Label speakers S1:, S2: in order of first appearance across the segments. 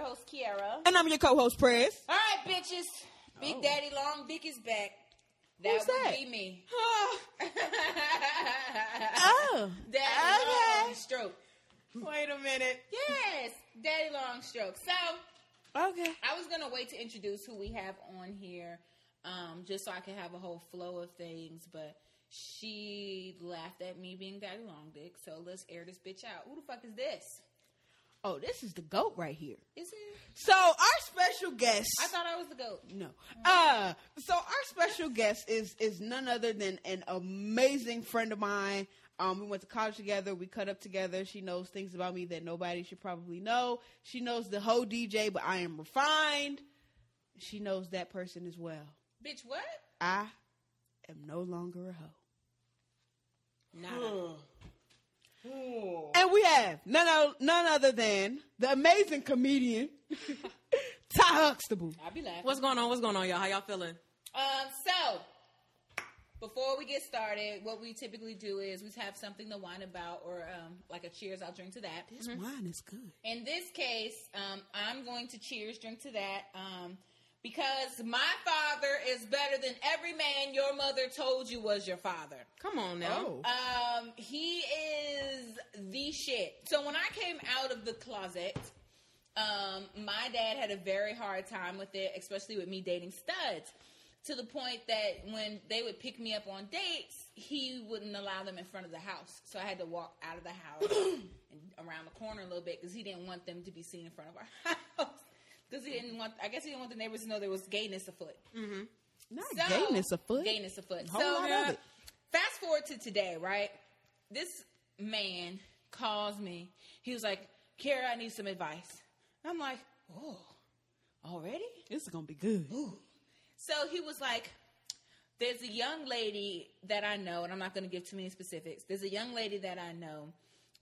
S1: host, Kiara.
S2: And I'm your co-host, Press.
S1: All right, bitches. Big Daddy Long Dick is back. That
S2: Oh. Who's
S1: would
S2: that?
S1: be me.
S2: Oh,
S1: Daddy Long
S2: okay.
S1: Stroke.
S2: Wait a minute.
S1: Yes, Daddy Long Stroke. So,
S2: Okay.
S1: I was gonna wait to introduce who we have on here, um, just so I can have a whole flow of things. But she laughed at me being Daddy Long Dick, so let's air this bitch out. Who the fuck is this?
S2: Oh, this is the goat right here.
S1: Is it?
S2: So our special guest.
S1: I thought I was the goat.
S2: no. Uh, so our special guest is is none other than an amazing friend of mine. Um, we went to college together. We cut up together. She knows things about me that nobody should probably know. She knows the whole DJ, but I am refined. She knows that person as well.
S1: Bitch, what?
S2: I am no longer a hoe.
S1: Nah.
S2: Hmm. And we have none, o- none other than the amazing comedian, Ty Huxtable.
S1: I'll be laughing.
S3: What's going on? What's going on, y'all? How y'all feeling?
S1: Um, so before we get started, what we typically do is we have something to whine about, or um, like a cheers. I'll drink to that.
S2: This wine is good.
S1: In this case, um, I'm going to cheers, drink to that, um, because my father is better than every man your mother told you was your father.
S3: Come on now.
S2: Oh.
S1: Um, he is the shit. So when I came out of the closet, um, my dad had a very hard time with it, especially with me dating studs. To the point that when they would pick me up on dates, he wouldn't allow them in front of the house. So I had to walk out of the house and around the corner a little bit because he didn't want them to be seen in front of our house. Because he didn't want, I guess he didn't want the neighbors to know there was gayness afoot.
S2: Not
S1: So-
S2: gayness afoot.
S1: Gayness afoot.
S2: Whole
S1: so
S2: lot of
S1: yeah,
S2: it.
S1: fast forward to today, right? This man calls me. He was like, "Kara, I need some advice." I'm like, "Oh, already?"
S2: This is gonna be good.
S1: So he was like, "There's a young lady that I know, and I'm not going to give too many specifics. There's a young lady that I know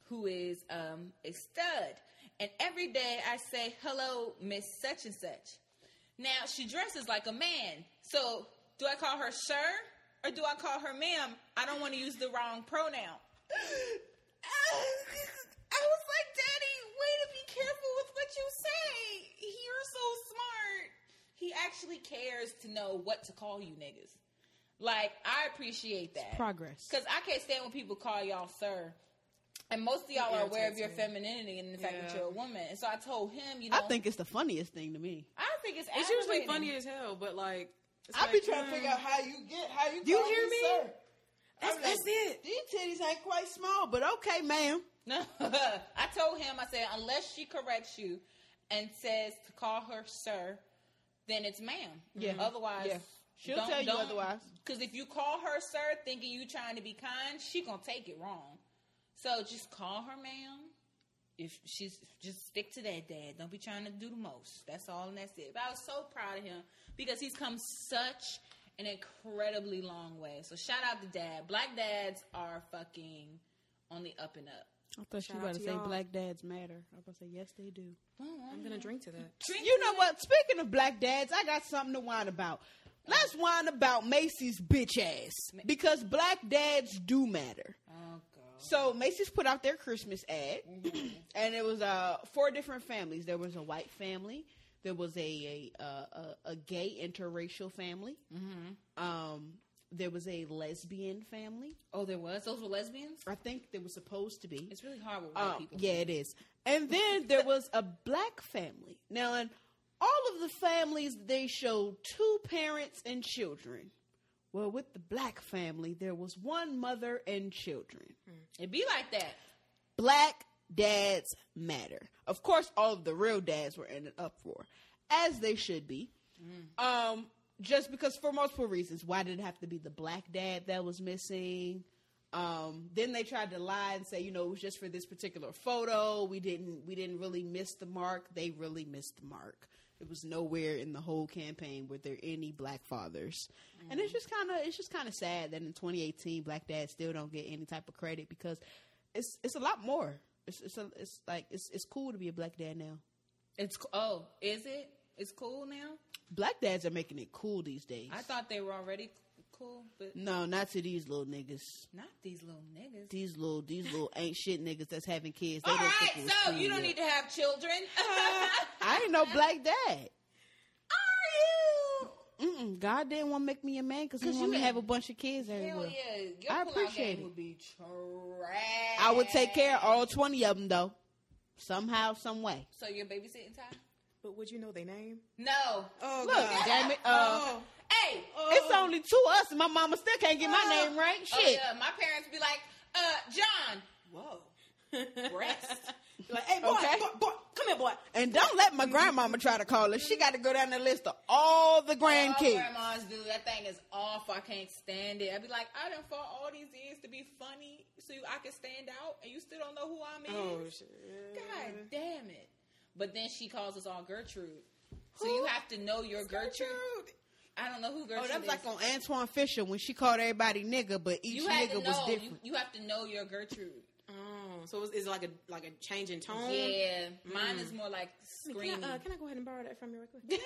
S1: who is um, a stud, and every day I say hello, Miss Such and Such. Now she dresses like a man. So do I call her sir or do I call her ma'am? I don't want to use the wrong pronoun." I was like, Daddy, way to be careful with what you say. You're so smart. He actually cares to know what to call you niggas. Like, I appreciate that.
S2: Progress.
S1: Because I can't stand when people call y'all sir. And most of y'all are aware of your femininity and the fact that
S3: Yeah.
S1: you're a woman. And so I told him, you know,
S2: I think it's the funniest thing to me.
S1: I think it's
S3: It's usually
S1: aggravating.
S3: funny as hell, but like, it's
S4: I be
S3: like,
S4: trying to
S3: mm,
S4: figure out how you get how you.
S2: You
S4: call
S2: hear me?
S4: Sir.
S3: That's,
S4: I'm
S3: that's
S4: like,
S3: it.
S2: These titties ain't quite small, but okay, ma'am.
S1: No, I told him, I said, unless she corrects you and says to call her sir, then it's ma'am. Mm-hmm.
S2: Yeah.
S1: Otherwise,
S2: Yeah. She'll tell you otherwise.
S1: Because if you call her sir thinking you trying to be kind, she gonna take it wrong. So just call her ma'am. If she's just stick to that, dad. Don't be trying to do the most. That's all, and that's it. But I was so proud of him because he's come such an incredibly long way. So shout out to dad. Black dads are fucking on the up and up.
S2: I thought she
S3: Shout out
S2: was about to
S3: to
S2: say
S3: y'all.
S2: black dads matter. I was about to say yes, they do.
S3: I'm gonna drink to that.
S2: You know what? Speaking of black dads, I got something to whine about. Let's whine about Macy's bitch ass because black dads do matter.
S1: Oh god.
S2: So Macy's put out their Christmas ad,
S1: Mm-hmm.
S2: and it was uh, four different families. There was a white family, there was a a, a, a gay interracial family,
S1: Mm-hmm.
S2: um, there was a lesbian family.
S1: Oh, there was. Those were lesbians.
S2: I think there was supposed to be.
S1: It's really hard with white
S2: Um,
S1: people.
S2: yeah, it is. And then there was a black family. Now, in all of the families, they showed two parents and children. Well, with the black family, there was one mother and children.
S1: It be like that.
S2: Black dads matter. Of course, all of the real dads were in an uproar, as they should be. Um, just because for multiple reasons. Why did it have to be the black dad that was missing? Um, then they tried to lie and say, you know, it was just for this particular photo. We didn't we didn't really miss the mark. They really missed the mark. It was nowhere in the whole campaign were there any black fathers. And
S1: Mm.
S2: it's just kinda it's just kinda sad that in twenty eighteen black dads still don't get any type of credit because it's it's a lot more. It's it's a, it's like it's it's cool to be a black dad now.
S1: It's co- oh, is it? It's cool now.
S2: Black dads are making it cool these days.
S1: I thought they were already c- cool, but
S2: No, not to these little niggas.
S1: not these little niggas.
S2: These little, these little ain't shit niggas that's having kids. They
S1: All
S2: don't
S1: right,
S2: think it was
S1: so
S2: cool
S1: you don't
S2: yet.
S1: need to have children.
S2: I ain't no black dad.
S1: Are you?
S2: Mm-mm, God didn't want to make me a man because he
S1: Cause
S2: wanted
S1: you
S2: me to have a
S1: had-
S2: bunch of kids
S1: Hell
S2: everywhere.
S1: yeah, your
S2: I
S1: pullout
S2: appreciate
S1: game
S2: it.
S1: would be trash.
S2: I would take care of all twenty of them though, somehow, some way.
S1: So your babysitting time?
S3: But would you know their name?
S1: No.
S3: Oh,
S2: Look,
S3: God.
S2: damn it, uh,
S3: Oh.
S1: Hey,
S2: it's only two of us, and my mama still can't get my
S3: Oh.
S2: name right.
S1: oh,
S2: Shit,
S1: yeah, my parents be like, uh, John. Whoa. Breast.
S3: like, hey, boy,
S2: Okay.
S3: boy, boy, come here, boy.
S2: and don't let my grandmama try to call her. She got to go down the list of all the
S1: All
S2: grandkids.
S1: grandmas do. That thing is awful. I can't stand it. I'd be like, I done fought all these years to be funny so you, I can stand out, and you still don't know who I'm
S3: Oh,
S1: is.
S3: shit.
S1: God damn it. But then she calls us all Gertrude. So you have to know your Gertrude. I don't know who Gertrude
S2: Oh, that
S1: is.
S2: was like on Antoine Fisher when she called everybody nigga, but each
S1: you have to
S2: nigga was
S1: know. You,
S2: different.
S1: you have to know your Gertrude.
S3: Oh, so is, is it like a like a change in
S2: Mm.
S3: tone?
S1: Yeah, mine is more like
S3: Can I,
S1: screaming.
S3: uh, can I go ahead and borrow that from you real quick?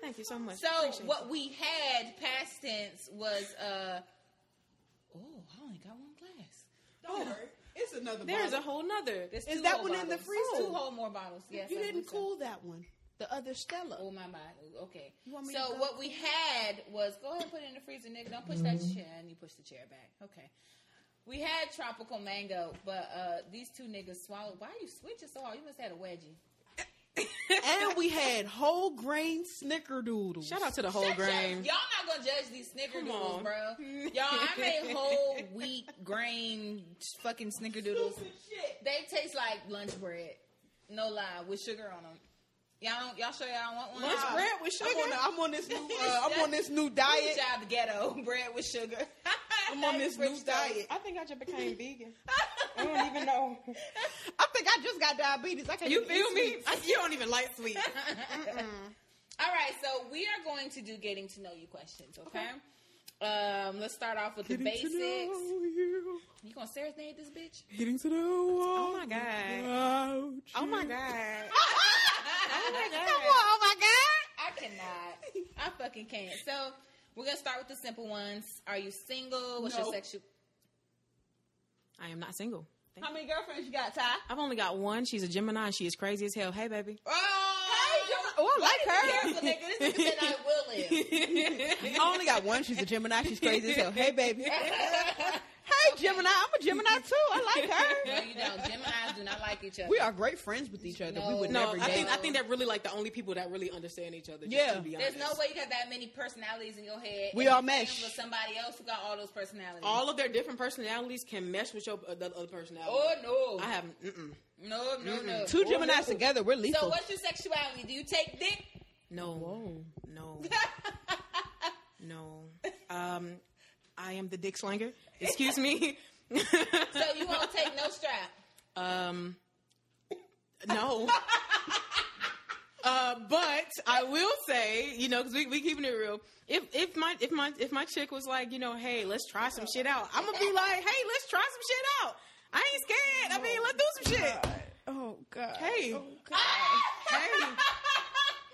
S3: Thank you so much.
S1: so
S3: Appreciate
S1: what
S3: it.
S1: we had past tense was uh oh, I only got one glass.
S2: Don't worry, it's another.
S3: There's a
S2: bottle.
S3: whole nother.
S1: There's
S2: Is
S1: two
S2: that
S1: whole
S2: one in the
S1: bottles.
S2: freezer?
S1: Two whole more bottles. Yes,
S2: Oh. you
S1: I
S2: didn't
S1: believe so.
S2: cool that one. The other Stella.
S1: Oh my god. Okay.
S2: You want me to
S1: so
S2: go?
S1: what we had was go ahead and put it in the freezer, nigga. Don't push that
S2: Mm-hmm.
S1: chair. And you push the chair back. Okay. We had tropical mango, but uh, these two niggas swallowed. Why are you switching so hard? You must have had a wedgie.
S2: and we had whole grain snickerdoodles.
S3: Shout out to the whole
S1: Shut your-
S3: grain.
S1: Y'all not gonna judge these snickerdoodles,
S3: Come on.
S1: bro. Y'all, I made whole wheat grain fucking snickerdoodles. They taste like lunch bread. No lie, with sugar on them. Y'all don't. Y'all sure y'all want one?
S3: Lunch
S1: Y'all-
S3: bread with
S2: I'm on,
S3: sugar.
S2: I'm on this new. Uh, I'm on this new
S1: Good
S2: diet.
S1: job, ghetto bread with sugar.
S2: I'm on this new
S1: French toast.
S2: diet.
S3: I think I just became vegan. I don't even know.
S2: I think I just got diabetes. I can't.
S3: You
S2: even
S3: feel
S2: eat
S3: me?
S2: sweets.
S3: I, you don't even like sweet.
S1: All right, so we are going to do getting to know you questions, okay? Um, let's start off with the basics. You.
S2: you.
S1: gonna serenade this bitch?
S2: Getting to know.
S3: Oh my god.
S2: God.
S3: Oh my god.
S1: oh my
S2: Come on, oh my god.
S1: I cannot. I fucking can't. So we're gonna start with the simple ones. Are you single? What's
S2: No.
S1: your sexual?
S3: I am not single. Thank
S2: How many girlfriends you got, Ty?
S3: I've only got one. She's a Gemini. and She is crazy as hell. Hey, baby.
S1: Oh,
S2: Oh, I
S1: careful,
S2: like her.
S1: nigga. This nigga said I will live.
S2: I only got one. She's a Gemini. She's crazy as hell. Hey, baby. Hey, Gemini. I'm a Gemini too. I like her.
S1: no, you don't. Gemini's do not like each other.
S2: We are great friends with each other. we would
S1: No,
S3: No,
S2: never
S3: I
S2: date.
S3: think I think they're really like the only people that really understand each other. Just
S2: Yeah.
S3: to be
S1: There's
S3: honest.
S1: no way you have that many personalities in your head.
S2: We
S1: and
S2: all
S1: you're friends
S2: mesh.
S1: with somebody else who got all those personalities.
S3: All of their different personalities can mesh with your uh, the other personality.
S1: oh no,
S3: I have mm-mm.
S1: no, no, no. Oh,
S2: Two Geminis together, we're lethal.
S1: So what's your sexuality? Do you take dick?
S3: no,
S2: Oh,
S3: no, no. Um, I am the dick slanger. Excuse me.
S1: so you won't take no strap.
S3: Um, no. Uh, but I will say, you know, because we we keeping it real. If if my if my if my chick was like, you know, hey, let's try some shit out. I'm gonna be like, hey, let's try some shit out. I ain't scared. I mean, let's do some shit.
S2: Oh God.
S3: Hey,
S1: Ah!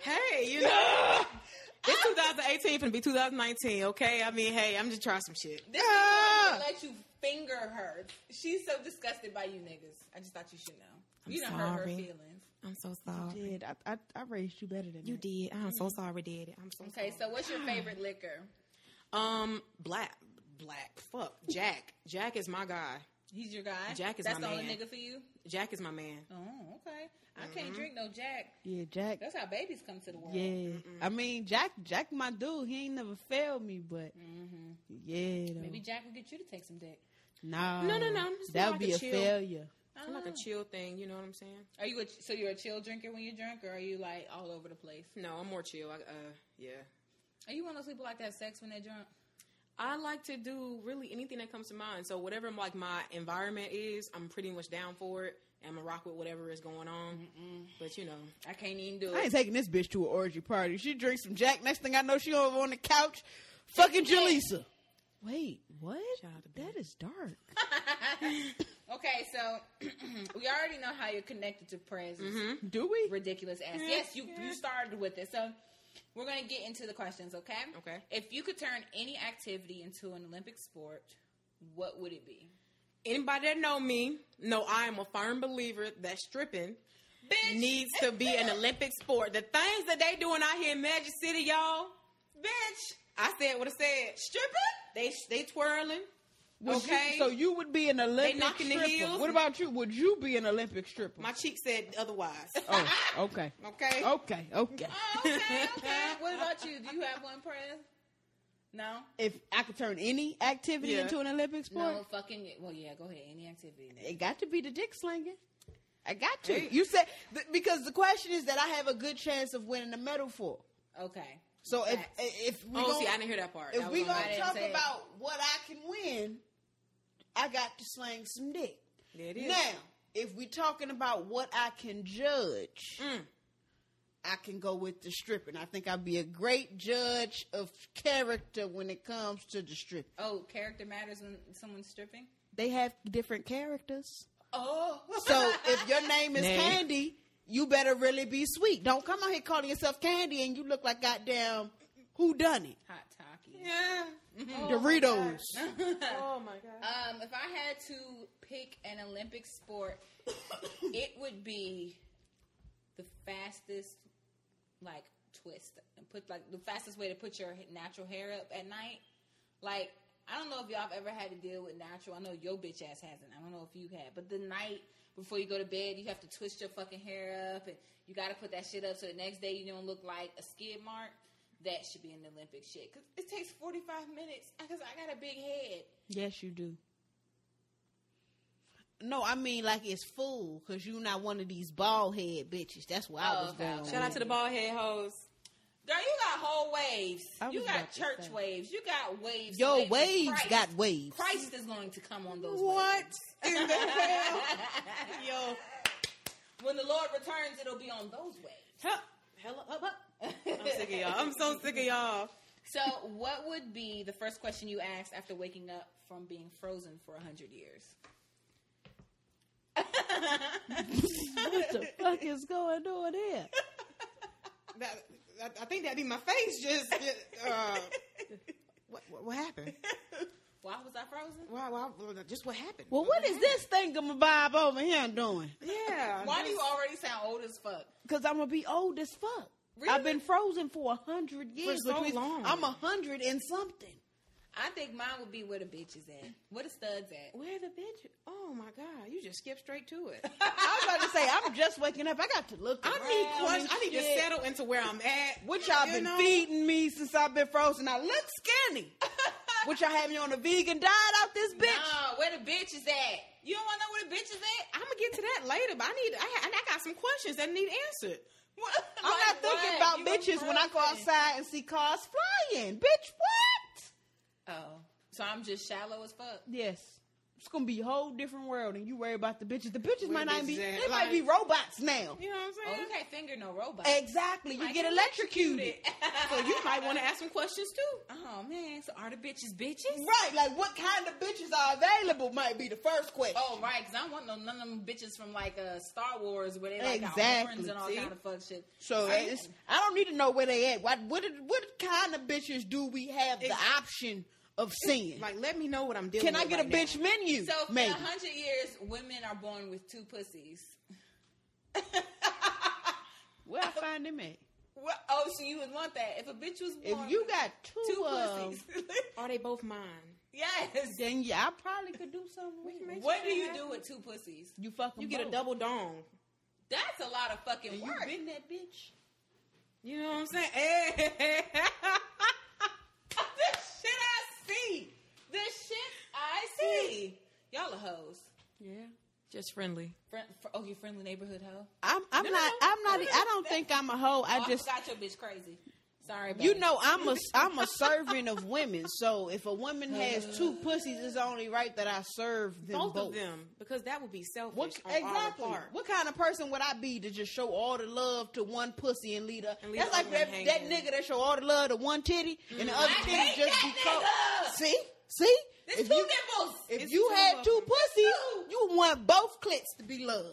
S3: hey, hey, you know,
S2: Ah.
S3: it's 2018 finna be 2019. Okay, I mean, hey, I'm just trying some shit.
S1: This is
S2: Ah!
S1: gonna let you finger her. She's so disgusted by you niggas. I just thought you should know. you don't hurt her
S3: sorry.
S1: feelings.
S3: I'm so sorry.
S2: Did I, I? I raised you better than
S3: You
S2: that.
S3: did. I'm so sorry, did I'm so
S1: Okay, so what's your favorite liquor?
S3: Um, black, black. Fuck, Jack. Jack is my guy.
S1: He's your guy.
S3: Jack is
S1: That's
S3: my
S1: the only
S3: man. Mm-hmm.
S1: nigga for you.
S3: Jack is my man.
S1: Oh, okay. I can't drink no Jack.
S2: Yeah, Jack.
S1: That's how babies come to the world.
S2: Yeah, I mean Jack. Jack, my dude. He ain't never failed me, but
S3: Mm.
S2: yeah, though.
S1: Mm-hmm. Maybe Jack will get you to take some dick.
S2: no,
S3: No, no, no, it's
S2: That
S3: more
S2: would
S3: like a
S2: be a
S3: chill.
S2: failure.
S3: I'm like a
S1: Ah.
S3: chill thing. You know what I'm saying?
S1: Uh-huh. Are you a, so you're a chill drinker when you drink, or are you like all over the place?
S3: No, I'm more chill. I, uh, yeah.
S1: Are you one of those people like that sex when they drunk?
S3: I like to do really anything that comes to mind. So whatever like my environment is, I'm pretty much down for it. I'm a rock with whatever is going on. But you know,
S1: I can't even do
S2: I
S1: it.
S2: ain't taking this bitch to an orgy party. She drinks some Jack. Next thing I know, she over on the couch, fucking Jaleesa. Wait, what?
S3: Shout out to Ben.
S2: That is dark.
S1: Okay, so we already
S2: Mm-hmm.
S1: know how you're connected to presence.
S2: Do we?
S1: ridiculous ass. Yes, you you started with it. So We're going to get into the questions, okay?
S3: Okay.
S1: If you could turn any activity into an Olympic sport, what would it be?
S3: Anybody that know me know I am a firm believer that stripping
S1: Bitch,
S3: needs to be an Olympic sport. The things that they doing out here in Magic City, y'all,
S1: bitch,
S3: I said what I said.
S1: stripping?
S3: They they twirling.
S2: Would
S3: okay.
S2: You, so you would be an Olympic
S3: knocking the
S2: stripper.
S3: heels.
S2: What about you? Would you be an Olympic stripper?
S3: My cheek said otherwise.
S2: oh, okay.
S3: Okay.
S2: Okay, okay.
S1: Oh, okay, okay. what about you? Do you have one, prayer? No?
S2: If I could turn any activity
S3: Yeah.
S2: into an Olympic sport,
S1: No fucking. Well, yeah, go ahead. Any activity.
S2: it got to be the dick slinging. I got to.
S3: Hey.
S2: You said th- because the question is that I have a good chance of winning a medal for.
S1: Okay.
S2: So if
S1: Facts.
S2: if we
S3: Oh,
S2: gonna,
S3: see, I didn't hear that part.
S2: if
S3: That
S2: we
S3: was on
S2: gonna
S1: I didn't
S2: talk
S1: say it.
S2: about what I can win, I got to sling some dick.
S3: my- There it is.
S2: Now, if we talking about what I can judge,
S3: Mm.
S2: I can go with the stripping. I think I'd be a great judge of character when it comes to the stripping.
S1: Oh, character matters when someone's stripping?
S2: They have different characters.
S1: Oh.
S2: So if your name is
S3: Nay.
S2: Candy, you better really be sweet. Don't come out here calling yourself Candy and you look like goddamn who done it.
S1: Hot Taki.
S3: Yeah.
S2: Doritos.
S3: Oh my god.
S1: Um, if I had to pick an Olympic sport, it would be the fastest, like twist and put like the fastest way to put your natural hair up at night. Like I don't know if y'all have ever had to deal with natural. I know your bitch ass hasn't. I don't know if you had, but the night before you go to bed, you have to twist your fucking hair up and you got to put that shit up so the next day you don't look like a skid mark. That should be an Olympic shit because it takes forty five minutes because I got a big head.
S2: Yes, you do. No, I mean like it's full because you not one of these bald head bitches. That's where I
S1: Oh,
S2: was
S1: okay,
S2: going.
S1: okay.
S3: Shout out to the bald head hoes.
S1: Girl, you got whole waves.
S2: I
S1: You
S2: was
S1: got
S2: about to
S1: church
S2: say.
S1: waves. You got waves.
S2: Your
S1: Wait,
S2: waves
S1: Christ-
S2: got waves.
S1: Christ is going to come on those
S3: What
S1: waves.
S3: in the hell? Yo.
S1: when the Lord returns, it'll be on those waves.
S3: Huh. Hello. Up, up. I'm sick of y'all. I'm so sick of y'all.
S1: So, what would be the first question you asked after waking up from being frozen for a hundred years?
S2: what the fuck is going on here?
S3: That, I, I think that'd be my face. Just, uh, what, what, what happened?
S1: Why was I frozen?
S3: Why, why, why- just what happened?
S2: Well, what is this thingamabob over here doing?
S3: yeah.
S1: Why do
S3: just-
S1: you already sound old as fuck?
S2: Because I'm gonna be old as fuck.
S1: Really?
S2: I've been frozen for a hundred years,
S3: so
S2: which means
S3: long.
S2: I'm a hundred and something.
S1: I think mine would be where the bitch is at, where the studs at.
S3: Where the bitch? Oh my god! You just skip straight to it.
S2: I was about to say I'm just waking up. I got to look.
S3: I need
S2: around and
S3: questions. I need to
S2: shit.
S3: settle into where I'm at.
S2: Which y'all
S3: You
S2: been
S3: know?
S2: feeding me since I've been frozen. I look skinny. Which y'all had me on a vegan diet out this bitch.
S1: Nah, where the bitch is at. You don't want to know where the bitch is at?
S3: I'm gonna get to that later, but I need. I, ha- and I got some questions that need answered.
S1: What?
S2: I'm
S1: Like,
S2: not thinking
S1: what?
S2: about
S1: You
S2: bitches
S1: were
S2: when I go
S1: frozen.
S2: outside and see cars flying. Bitch, what?
S1: Oh, so I'm just shallow as fuck.
S2: Yes. It's gonna be a whole different world, and you worry about the bitches. The bitches might
S3: Where
S2: not
S3: bitches
S2: be.
S3: at?
S2: They might be robots now.
S3: You know what I'm
S1: Oh,
S3: saying?
S1: you can't finger no robot.
S2: Exactly. You
S1: Might
S2: get electrocuted.
S3: So you might want to ask some questions too.
S1: oh man, so are the bitches bitches?
S2: Right. Like, what kind of bitches are available might be the first question.
S1: Oh right, because I don't want no none of them bitches from like uh, Star Wars where they like got
S2: Exactly,
S1: horns and all
S2: see?
S1: kind of fuck shit.
S2: So uh,
S1: I-
S2: it's, I don't need to know where they at. What what what kind of bitches do we have the
S3: Ex-
S2: option of seeing?
S3: Like, let me know what I'm dealing.
S2: Can I
S3: with
S2: get
S3: right
S2: a
S3: now.
S2: bitch menu?
S1: So for
S2: maybe.
S1: a hundred years, women are born with two pussies.
S2: Where I find them at?
S1: What? Oh, so you would want that if a bitch was
S2: If
S1: born
S2: you
S1: with
S2: got two,
S1: two
S2: of 'em,
S1: pussies?
S3: Are they both mine?
S1: yes.
S2: then yeah, I probably could do something with
S3: can
S2: it.
S3: make-
S1: What do you do with two pussies?
S2: You fucking.
S3: You get a double dong.
S1: That's a lot of fucking
S2: And you
S1: work.
S2: been that bitch.
S3: You know what I'm saying? Eh. Hey.
S1: the shit I see. The shit I see. Y'all are hoes.
S2: Yeah.
S3: Just friendly.
S1: Friend, fr- oh, you friendly neighborhood hoe.
S2: I'm. I'm
S1: No,
S2: not.
S1: no,
S2: I'm not.
S1: no, no,
S2: I don't
S1: that-
S2: think I'm a hoe. I
S1: Oh,
S2: just.
S1: got your bitch crazy. Sorry, babe.
S2: You know, I'm a. I'm a servant of women. So if a woman has two pussies, it's only right that I serve them
S3: Both,
S2: both.
S3: of them, because that would be selfish.
S2: What,
S3: on our
S2: exactly.
S3: part.
S2: What kind of person would I be to just show all the love to one pussy and lead her?
S3: And leave
S2: That's
S3: the
S2: like
S3: other
S2: that,
S3: one
S2: that
S3: hanging.
S2: nigga that show all the love to one titty and the other
S1: I
S2: titty
S1: hate
S2: just be cold.
S1: that nigga!
S2: See, see.
S1: There's
S2: If
S1: two
S2: you,
S1: nipples.
S2: if
S3: It's
S2: you
S3: two
S2: had
S3: of
S2: two
S3: them.
S2: pussies,
S1: Two.
S2: you want both clits to be loved.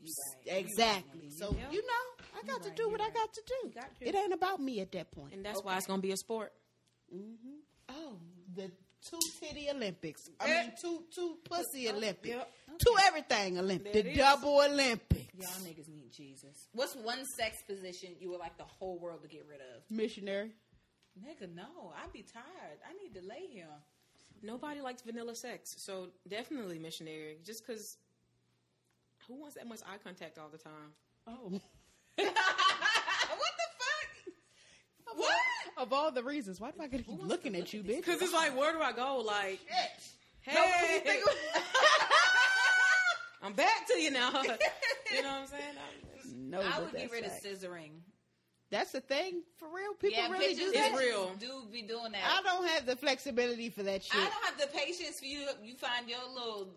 S1: You right.
S2: Exactly. So
S3: Yeah.
S2: you know, I I got to do what I got to do.
S1: got to.
S2: It ain't about me at that point.
S3: And that's why it's gonna be a sport.
S2: Oh, the two titty Olympics. I mean, two two pussy Olympics.
S3: yep.
S2: Two everything Olympics.
S3: There
S2: The
S3: it is.
S2: double Olympics.
S1: Y'all niggas need Jesus. What's one sex position you would like the whole world to get rid of?
S2: Missionary.
S1: Nigga, no. I'd be tired. I need to lay here.
S3: Nobody likes vanilla sex, so definitely missionary. Just because who wants that much eye contact all the time?
S2: Oh.
S1: what the fuck? What?
S2: Of all the reasons, why do I gotta keep looking at you, bitch?
S3: Because it's like, where do I go? Like,
S1: Hey.
S3: hey, I'm back to you now. you know what I'm saying? I'm-
S2: No,
S1: I
S2: but
S1: would get
S2: that's
S1: rid of
S2: like-
S1: scissoring.
S2: That's the thing for real. People really
S1: bitches
S2: do
S1: is
S2: that.
S3: It's real.
S1: Do be doing that.
S2: I don't have the flexibility for that shit.
S1: I don't have the patience for you. to- You find your little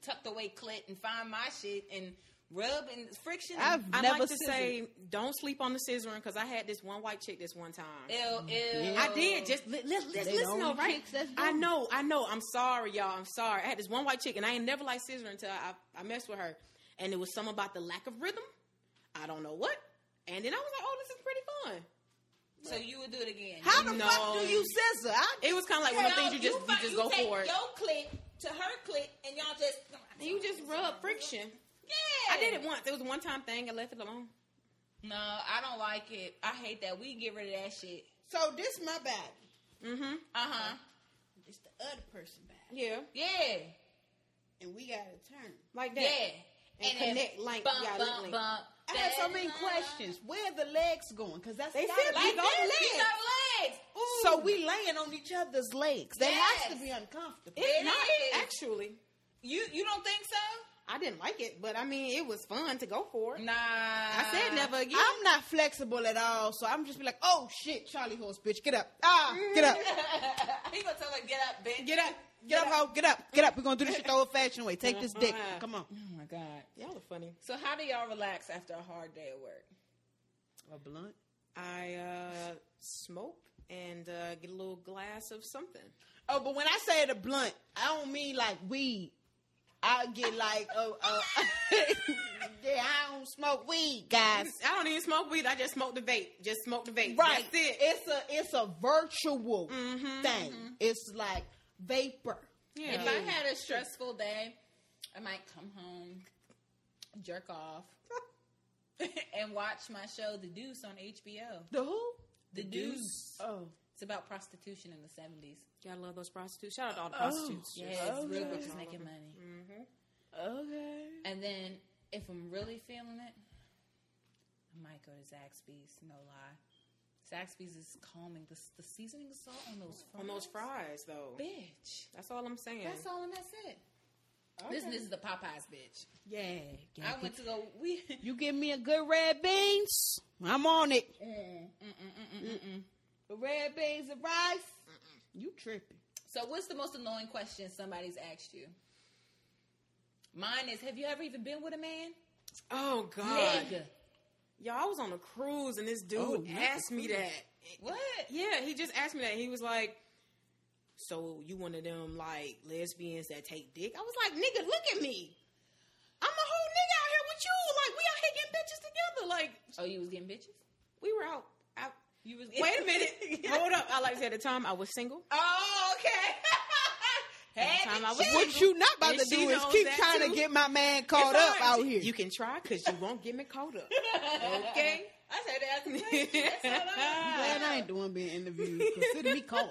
S1: tucked away clit and find my shit and rub and friction.
S2: I've
S3: I'd
S2: never
S3: like to
S2: scissored.
S3: say, don't sleep on the scissoring because I had this one white chick this one time.
S1: Ew, ew.
S2: Yeah.
S3: I did. Just li- li- li-
S2: They the
S3: listen,
S2: only
S3: all right.
S2: chicks that's
S3: I
S2: doing it.
S3: know. I know. I'm sorry, y'all. I'm sorry. I had this one white chick, and I ain't never liked scissoring until I, I messed with her, and it was something about the lack of rhythm. I don't know what. And then I was like, oh, this is pretty fun.
S1: So you would do it again.
S2: How the
S3: No.
S2: fuck do you scissor? I,
S3: It was kind of like one of the things you just you,
S1: fi-
S3: just
S1: you
S3: go
S1: take
S3: for it.
S1: Your clit to her clit, and y'all just
S3: You just rub friction.
S1: Yeah,
S3: I did it once. It was a one time thing. I left it alone.
S1: No, I don't like it. I hate that. We get rid of that shit.
S2: so this my bag.
S3: Mm-hmm.
S1: Uh huh.
S2: It's the other person bag,
S3: Yeah.
S1: Yeah.
S2: and we gotta turn.
S3: Like
S1: Yeah.
S3: that. And
S1: then
S3: connect link,
S1: Bump,
S3: y'all
S1: bump,
S3: link.
S1: bump.
S2: I have so many
S1: That's-
S2: questions. Where the legs going? Because that's
S3: They
S2: gotta
S3: said
S2: be-
S1: Like
S3: You got
S1: this,
S3: legs.
S1: you got legs. Ooh.
S2: So we laying on each other's legs. That
S1: Yes.
S2: has to be uncomfortable.
S1: It
S3: Not
S1: is.
S3: actually.
S1: you you don't think so?
S3: I didn't like it, but I mean, it was fun to go for. it.
S1: Nah.
S3: I said never again.
S2: I'm not flexible at all, so I'm just be like, oh shit, Charlie horse, bitch, get up, ah, get up,
S1: he gonna tell her get up, bitch.
S3: Get up.
S2: get up, Mm-hmm. ho, get up, get up. We're gonna do this shit the old fashioned way. Take this dick,
S3: Uh-uh.
S2: come on.
S1: Oh my god.
S3: Y'all are funny.
S1: So how do y'all relax after a hard day at work?
S2: A blunt.
S3: I uh, smoke and uh, get a little glass of something.
S2: Oh, but when I say the blunt, I don't mean like weed. I get like, oh, uh, yeah, I don't smoke weed, guys.
S3: I don't even smoke weed. I just smoke the vape. Just smoke the vape.
S2: Right.
S3: That's it.
S2: It's a it's a virtual thing. It's like vapor.
S1: If
S3: Yeah.
S1: I had a stressful day, I might come home, jerk off, and watch my show The Deuce on HBO.
S2: The who?
S1: The, Deuce.
S3: Deuce.
S2: Oh,
S1: It's about prostitution in the seventies.
S3: Gotta love those prostitutes. Shout out to all the prostitutes.
S1: Oh. Yeah,
S3: Just-
S1: it's real
S2: Okay.
S1: bitches making money.
S2: okay.
S1: And then if I'm really feeling it, I might go to Zaxby's. No lie, Zaxby's is calming. The the seasoning salt on those fries.
S3: On those fries, though.
S1: bitch.
S3: That's all I'm saying.
S1: That's all, and that's it. This this is the Popeyes bitch.
S2: Yeah. yeah.
S1: I went to go. We
S2: you give me a good red beans. I'm on it. The red beans and rice. You tripping?
S1: So, what's the most annoying question somebody's asked you? Mine is, have you ever even been with a man?
S3: Oh God,
S1: Nigga.
S3: y'all! I was on a cruise and this dude
S2: Oh, not
S3: asked me that.
S1: What?
S3: Yeah, he just asked me that. He was like, "So you one of them like lesbians that take dick?" I was like, "Nigga, look at me! I'm a whole nigga out here with you. Like we out here getting bitches together. Like
S1: Oh, you was getting bitches?
S3: we were out." I,
S1: You was
S3: wait a minute, hold up. I like to say at the time I was single.
S1: oh, okay. Had
S3: Time
S1: to
S3: I was-
S1: check.
S2: What you not about
S3: And
S2: to
S3: she
S2: do is
S3: knows
S2: keep
S3: that
S2: trying
S3: too.
S2: to get my man caught up out here.
S3: You can try because you won't get me caught up. Okay.
S1: I said that. as a question. That's all
S2: I'm
S1: I
S2: glad I ain't doing being interviewed. Consider me caught.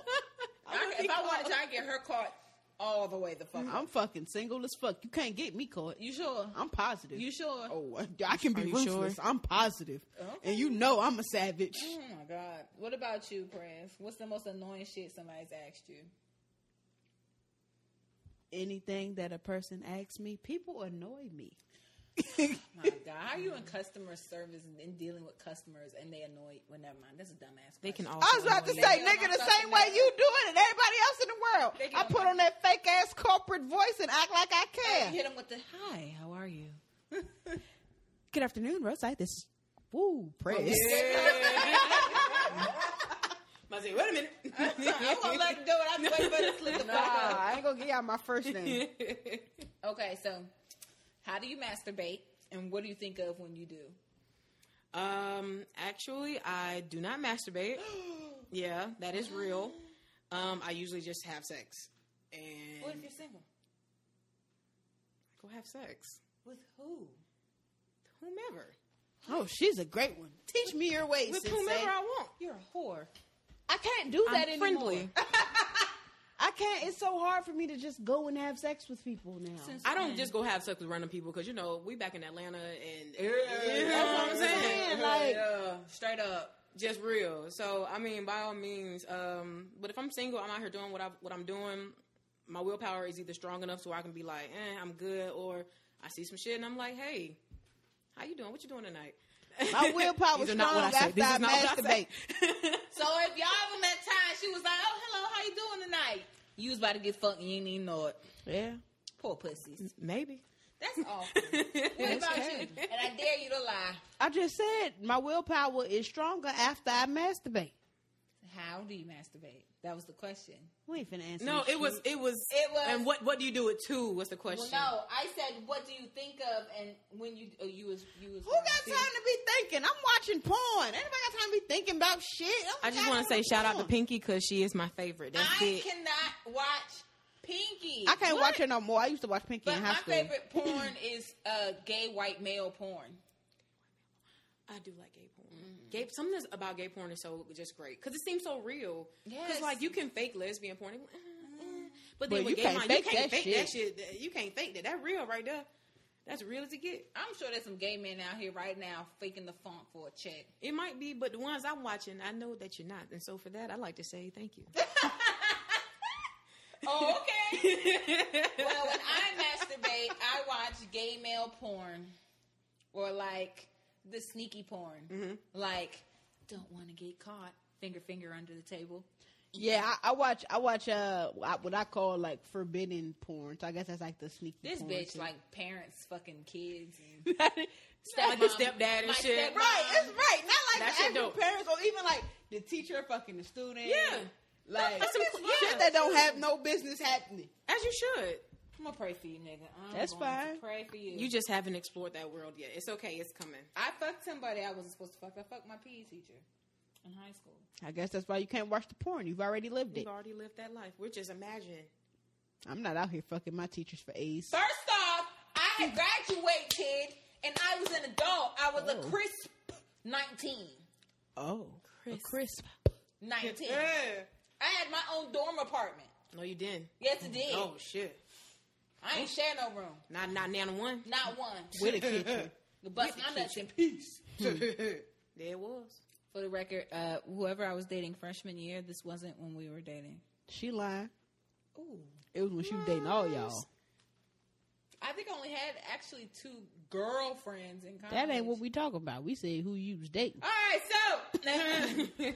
S1: I, if I wanted to, I'd get her caught all the way the fuck up.
S2: I'm fucking single as fuck. You can't get me caught.
S1: You sure?
S2: I'm positive.
S1: You sure? Oh.
S2: Oh, I can be
S3: Are you
S2: ruthless. I'm positive, and you know I'm a savage.
S1: my God. What about you, Prince? What's the most annoying shit somebody's asked you?
S2: Anything that a person asks me, people annoy me.
S1: My God, how are you in customer service and in dealing with customers and they annoy? Well, never mind. That's a dumbass.
S3: They can
S1: question.
S3: all.
S2: I was about to say,
S1: They
S2: nigga,
S1: don't
S2: the
S1: fucking
S2: same way
S1: know.
S2: you do it, and everybody else in the world.
S1: They don't
S2: I put on that fake ass corporate voice and act like I
S1: You
S2: care.
S1: hit them with the hi. How are you?
S2: Good afternoon, Roadside. This is woo praise.
S3: I say, wait a minute.
S1: I won't let them do it. I'm waiting for them to slip the
S2: Nah,
S1: fuck
S2: Oh, I ain't gonna give y'all my first name.
S1: up. Okay, so how do you masturbate, and what do you think of when you do?
S3: Um, actually, I do not masturbate. yeah, that is real. Um, I usually just have sex and
S1: What if you're single?
S3: go have sex.
S1: With who?
S3: Whomever,
S2: Oh, she's a great one. Teach me your ways,
S3: with
S2: sensei.
S3: whomever I want.
S1: You're a whore.
S2: I can't do that
S3: I'm
S2: anymore.
S3: friendly.
S2: I can't. It's so hard for me to just go and have sex with people now.
S1: Since-
S3: I
S2: Mm.
S3: don't just go have sex with random people because you know we back in Atlanta and
S1: That's
S3: what I'm saying.
S2: Like-
S1: yeah, straight up.
S3: just real. So I mean, by all means. Um, but if I'm single, I'm out here doing what I what I'm doing. My willpower is either strong enough so I can be like, eh, I'm good, or I see some shit and I'm like, hey, how you doing? What you doing tonight?
S2: My willpower
S3: These
S2: is
S3: are not
S2: strong
S3: what said.
S2: after
S3: These
S2: I
S3: is not what I
S2: masturbate.
S3: said.
S1: So if y'all ever met Ty, she was like, "Oh, hello, how you doing tonight?" You was about to get fucked, and you didn't even know it.
S2: Yeah,
S1: Poor pussies.
S3: Maybe.
S1: That's awful. what about you? And I dare you to lie.
S2: I just said my willpower is stronger after I masturbate.
S1: How do you masturbate? That was the question.
S2: We ain't finna answer.
S3: No,
S2: this
S3: it was
S2: shit.
S3: it was
S1: It was-
S3: And what what do you do it to? What's the
S1: Well,
S3: question?
S1: no, I said, "What do you think of?" And when you oh, you was you was
S2: Who got time to be thinking? I'm watching porn. Anybody got time to be thinking about shit?
S3: I just want to say shout out to Pinky because she is my favorite. That's
S1: I
S3: it.
S1: cannot watch Pinky.
S2: I can't
S1: What?
S2: watch her no more. I used to watch Pinky
S1: But
S2: in
S1: my
S2: high school.
S1: favorite porn is uh, gay white male porn.
S3: I do like gay porn. Gay, something that's about gay porn is so just great because it seems so real. Because
S1: Yes.
S3: like you can fake lesbian porn, eh, eh.
S2: But
S3: but then
S2: you
S3: with gay
S2: can't
S3: porn, you
S2: fake
S3: can't
S2: that
S3: fake that shit. That- You can't fake that. That real right there. That's real as it get.
S1: I'm sure there's some gay men out here right now faking the font for a check.
S3: It might be, but the ones I'm watching, I know that you're not, and so for that, I like to say thank you.
S1: Oh, okay. well, when I masturbate, I watch gay male porn or like the sneaky porn.
S2: Mm-hmm.
S1: Like, don't want to get caught. Finger, finger under the table.
S2: Yeah, I, I watch. I watch uh I- what I call like forbidden porn. So I guess that's like the sneaky.
S1: This
S2: porn
S1: bitch,
S2: too.
S1: like parents, fucking kids. And
S3: Like your stepdad and
S1: My
S3: shit.
S1: stepmom.
S2: Right, it's right. Not like
S3: That
S2: the
S3: shit
S2: actual
S3: dope.
S2: parents or even like the teacher fucking the student.
S3: Yeah.
S2: Like
S3: That's some- yeah.
S2: shit that don't have no business happening.
S3: As you should.
S1: I'm gonna pray for you, nigga. I'm
S2: That's
S1: going to
S2: fine.
S1: Pray for you.
S3: You just haven't explored that world yet. It's okay. It's coming.
S1: I fucked somebody I wasn't supposed to fuck. I fucked my PE teacher in high school.
S2: I guess that's why you can't watch the porn. You've already lived
S3: We've
S2: it.
S3: already lived that life. We're just imagining.
S2: I'm not out here fucking my teachers for A's.
S1: First off, I had graduated and I was an adult. I was a
S2: Oh.
S1: crisp 19.
S2: Oh,
S3: Crisp.
S2: A crisp.
S1: 19.
S3: Yeah.
S1: I had my own dorm apartment.
S3: No, you didn't.
S1: Yes, it did.
S3: Oh shit.
S1: I ain't share no room.
S3: Not not nano one.
S1: Not one.
S2: With a kitchen.
S1: The bus my nuts in peace.
S3: there it was.
S1: For the record, uh, whoever I was dating freshman year, this wasn't when we were dating.
S2: she lying.
S1: Ooh.
S2: It was when she was dating all y'all.
S1: I think I only had actually two girlfriends in college.
S2: That ain't what we talking about. We said who you was dating.
S1: All right, so.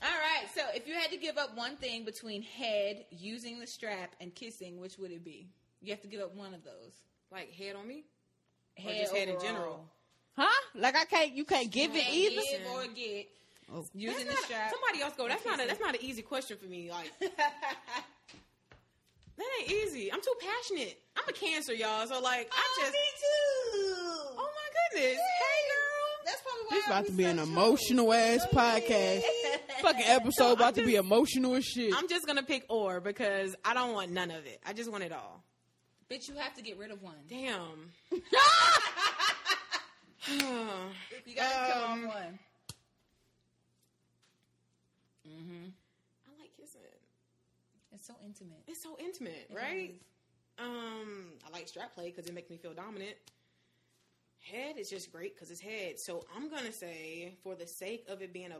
S1: All right, so if you had to give up one thing between head, using the strap, and kissing, which would it be? You have to give up one of those.
S3: like head on me.
S1: Head
S3: just head in
S1: overall.
S3: general.
S2: Huh? Like I can't. You can't give it
S1: Can't
S2: either.
S1: give or get.
S2: Oh.
S1: Using
S3: That's
S1: the
S3: not-
S1: strap.
S3: somebody else go. That's not a, that's not an easy question for me. Like that ain't easy. I'm too passionate. I'm a cancer, y'all. So like I just.
S1: Oh, too.
S3: Oh my goodness. Hey
S1: That's probably why
S2: This about
S1: we Oh,
S2: to be an
S1: such
S2: emotional ass
S1: hoes.
S2: podcast. Fucking episode about to be emotional as shit.
S3: girl. I'm just gonna pick or because I don't want none of it. I just want it all.
S1: Bitch, you have to get rid of one.
S3: Damn.
S1: You gotta kill
S3: Um,
S1: off one.
S3: I like kissing.
S1: It's so intimate.
S3: It's so intimate, right? Um, I like strap play because it makes me feel dominant. Head is just great because it's head. So I'm gonna say, for the sake of it being a,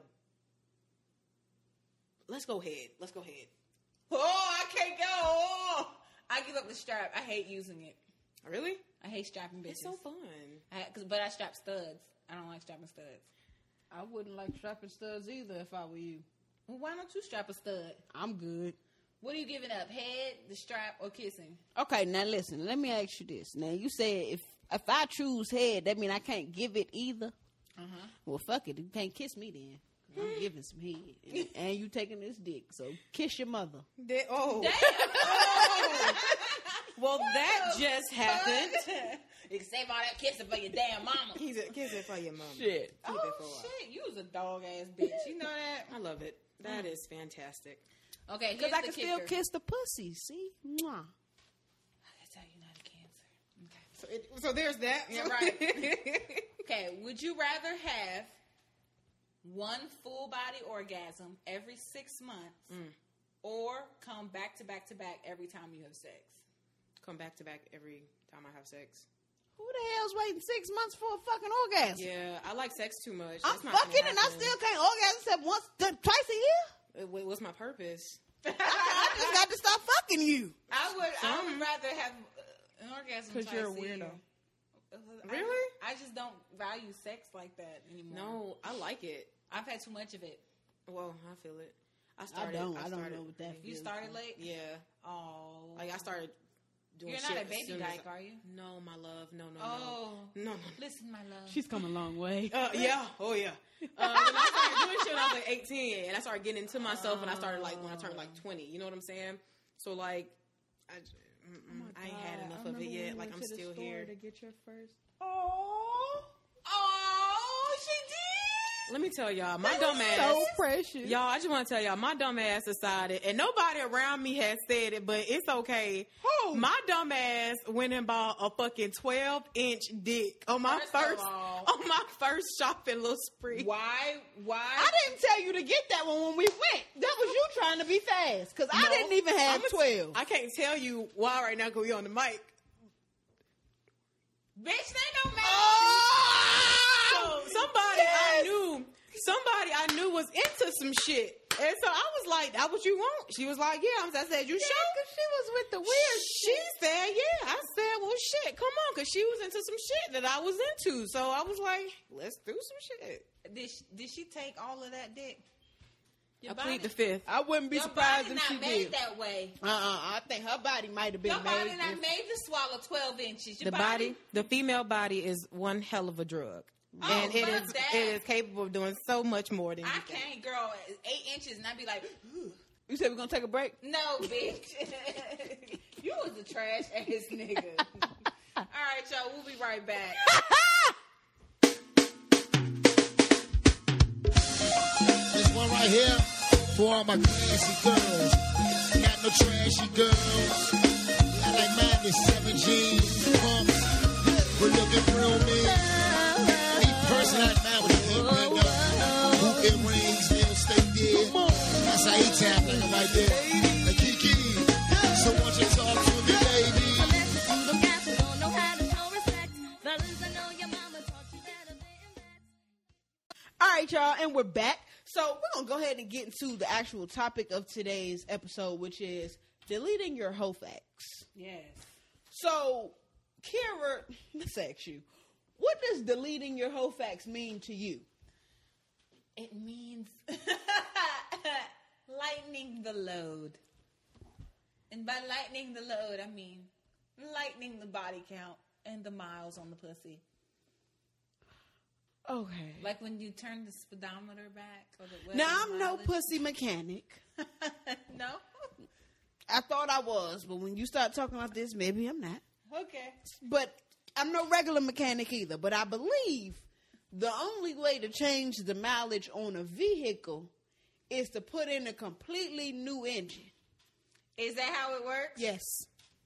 S3: let's go head. Let's go head.
S1: Oh, I can't go. Oh, I give up the strap. I hate using it.
S3: Really?
S1: I hate strapping bitches.
S3: It's so fun.
S1: I, cause, but I strap studs. I don't like strapping studs.
S2: I wouldn't like strapping studs either if I were you.
S1: Well, why don't you strap a stud?
S2: I'm good.
S1: What are you giving up? Head, the strap, or kissing?
S2: Okay, now listen. Let me ask you this. Now you said if if I choose head, that mean I can't give it either.
S1: Uh huh.
S2: Well, fuck it. You can't kiss me then. I'm giving some head, and, and you taking this dick. So kiss your mother.
S3: They, oh,
S1: Damn.
S3: well, that just happened.
S1: You can save all that kissing for your damn mama.
S3: He's a kiss it for your mom.
S2: Shit.
S3: Keep it for a
S1: Oh
S3: while.
S1: shit, you was a dog ass bitch. You know that?
S3: I love it. That is fantastic.
S1: Okay,
S2: Because
S1: here's
S2: I
S1: the
S2: can still
S1: kicker.
S2: kiss the pussy. See? Mwah.
S1: That's how you know the cancer. Okay.
S3: So, it, so there's that.
S1: Yeah, right. Okay, would you rather have one full body orgasm every six months or come back to back to back every time you have sex?
S3: Come back to back every time I have sex.
S2: Who the hell's waiting six months for a fucking orgasm?
S3: Yeah, I like sex too much.
S2: I'm
S3: It's not gonna
S2: fucking and I
S3: happen.
S2: still can't orgasm except once, th- twice a year.
S3: Uh, What, what's my purpose?
S2: I, I just got to stop fucking you.
S1: I would, I would
S3: Some.
S1: rather have uh, an orgasm because
S2: you're a weirdo.
S3: Really?
S1: I, just don't value sex like that anymore.
S3: No, I like it.
S1: I've had too much of it.
S3: Well, I feel it. I started.
S2: don't. I don't
S3: started-
S2: know what that
S1: You
S2: Yeah,
S1: started late.
S3: Yeah,
S1: Oh,
S3: like I started doing.
S1: You're
S3: shit
S1: not a
S3: as
S1: baby
S3: soon as
S1: dyke,
S3: I-
S1: are you?
S3: No, my love. No, no,
S1: Oh,
S3: no, no, no.
S1: listen, my love.
S2: come a long way.
S3: Uh, yeah, oh yeah. Um, when I started doing shit when I was like 18, and I started getting into myself, and I started like when I turned like 20. You know what I'm saying? So like, I, j- mm-mm, I ain't had enough of it yet. Like I'm still here.
S2: get your first.
S1: oh, oh, she did.
S3: Let me tell y'all, my dumb ass.
S2: So precious.
S3: Y'all, I just want to tell y'all, my dumb ass decided, and nobody around me has said it, but it's okay.
S2: Who?
S3: My dumb ass went and bought a fucking 12 inch dick on my
S1: First of
S3: first,
S1: all-
S3: on my first shopping little spree.
S1: Why? Why?
S2: I didn't tell you to get that one when we went. That was you trying to be fast because I
S3: No,
S2: didn't even have
S3: I'ma t-
S2: twelve.
S3: I can't tell you why right now because we on the mic.
S1: Bitch, they don't matter.
S3: So somebody I
S2: Yes.
S3: knew, somebody I knew was into some shit, and so I was like, "That what you want?" She was like, "Yeah." I was- I said, "You sure?"
S2: she was with the
S3: Weird. She said, "Yeah." I said, "Well, shit, come on," because she was into some shit that I was into. So I was like, "Let's do some shit."
S1: Did she, did she take all of that dick? Your
S3: I plead the fifth.
S2: I wouldn't be
S1: your
S2: surprised
S1: body
S2: if
S1: not
S2: she
S1: made
S2: did.
S1: that way.
S2: Uh uh I think her body might have been
S1: Your body
S2: made.
S1: not
S2: different.
S1: made to swallow twelve inches. Your
S3: The body, the female body, is one hell of a drug,
S1: Oh,
S3: and it
S1: fuck
S3: is
S1: that.
S3: it is capable of doing so much more than
S1: I
S3: you think.
S1: can't, girl. Eight inches, and I'd be like, "Ooh,
S2: You said we're gonna take a break.
S1: no, bitch. you was a trash ass nigga. All right, y'all. We'll be right back.
S4: This one right here for all my classy girls. Got no trashy girls. I like mine is 7 G's, pumps, good looking grooming. Me personally, I like mine with a good window. Hoop and rings, still stay there. That's how he tap like I'm right there. Like Kiki. So won't you talk to me, baby?
S2: All right, y'all, and we're back. So we're gonna go ahead and get into the actual topic of today's episode, which is deleting your hofax.
S1: Yes.
S2: So, Kira, let's ask you, what does deleting your hofax mean to you?
S1: It means lightening the load. And by lightening the load, I mean lightening the body count and the miles on the pussy.
S2: Okay.
S1: Like when you turn the speedometer back. Or the
S2: Now I'm Mm. no
S1: mileage.
S2: pussy mechanic.
S1: no?
S2: I thought I was, but when you start talking like this, maybe I'm not.
S1: Okay.
S2: But I'm no regular mechanic either. But I believe the only way to change the mileage on a vehicle is to put in a completely new engine.
S1: Is that how it works?
S2: Yes,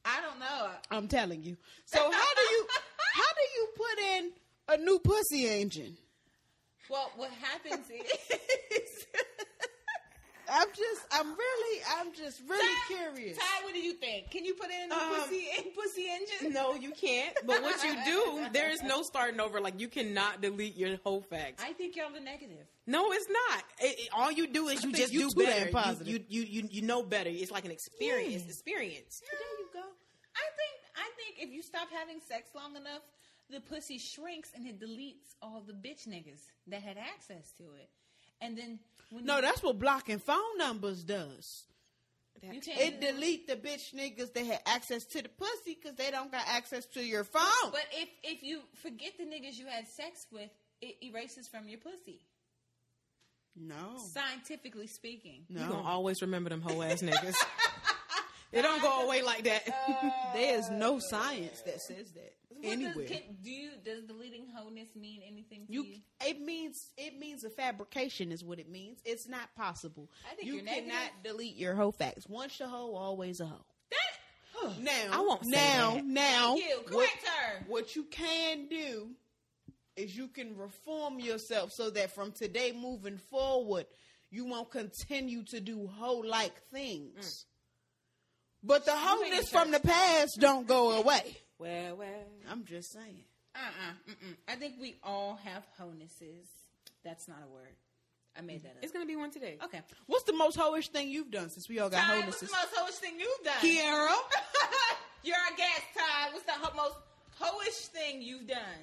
S1: I don't know.
S2: I'm telling you. So how do you how do you put in a new pussy engine?
S1: Well, what happens is.
S2: I'm just I'm really I'm just really curious.
S1: Ty, what do you think? Can you put in the
S3: Um,
S1: pussy, in pussy engine?
S3: No, you can't. But what you do, there is no starting over. Like you cannot delete your whole facts.
S1: I think y'all are negative.
S3: No, it's not. It, it- all you do is you
S2: think
S3: just
S2: you
S3: do
S2: too damn
S3: better.
S2: positive.
S3: You, you you you know better. It's like an experience.
S2: Yeah.
S3: Experience.
S2: There you go.
S1: I think I think if you stop having sex long enough, the pussy shrinks and it deletes all the bitch niggas that had access to it. And then when
S2: No,
S1: you,
S2: that's what blocking phone numbers does.
S1: you can't
S2: It delete the bitch niggas that had access to the pussy because they don't got access to your phone.
S1: But if if you forget the niggas you had sex with, it erases from your pussy.
S2: no,
S1: Scientifically speaking.
S3: You gonna
S2: no.
S3: always remember them whole ass niggas. It don't go away like that.
S2: There is no science that says that
S1: Uh, What does,
S2: anywhere.
S1: can, do you, does deleting wholeness mean anything to you?
S2: You, it means it means a fabrication is what it means. It's not possible.
S1: I think
S2: you
S1: you're
S2: cannot
S1: negative.
S2: delete your hoe facts. Once a hoe, always a hoe.
S1: That,
S2: Now
S3: I won't say
S2: Now,
S3: that.
S2: now,
S1: Thank you.
S2: what,
S1: Correct her.
S2: what you can do is you can reform yourself so that from today moving forward, you won't continue to do hoe like
S1: Mm.
S2: things. But the wholeness from the past don't go away.
S3: Well, well.
S2: I'm just saying.
S1: Uh-uh. Mm-mm. I think we all have wholenesses. That's not a word. I made that up.
S3: It's gonna be one today.
S1: okay.
S2: What's the most hoish thing you've done since we all got
S1: Ty, what's the
S2: wholenesses?
S1: most hoish thing you've done?
S2: Kiara.
S3: oh
S1: You're our guest, Ty. What's the ho- most hoish thing you've done?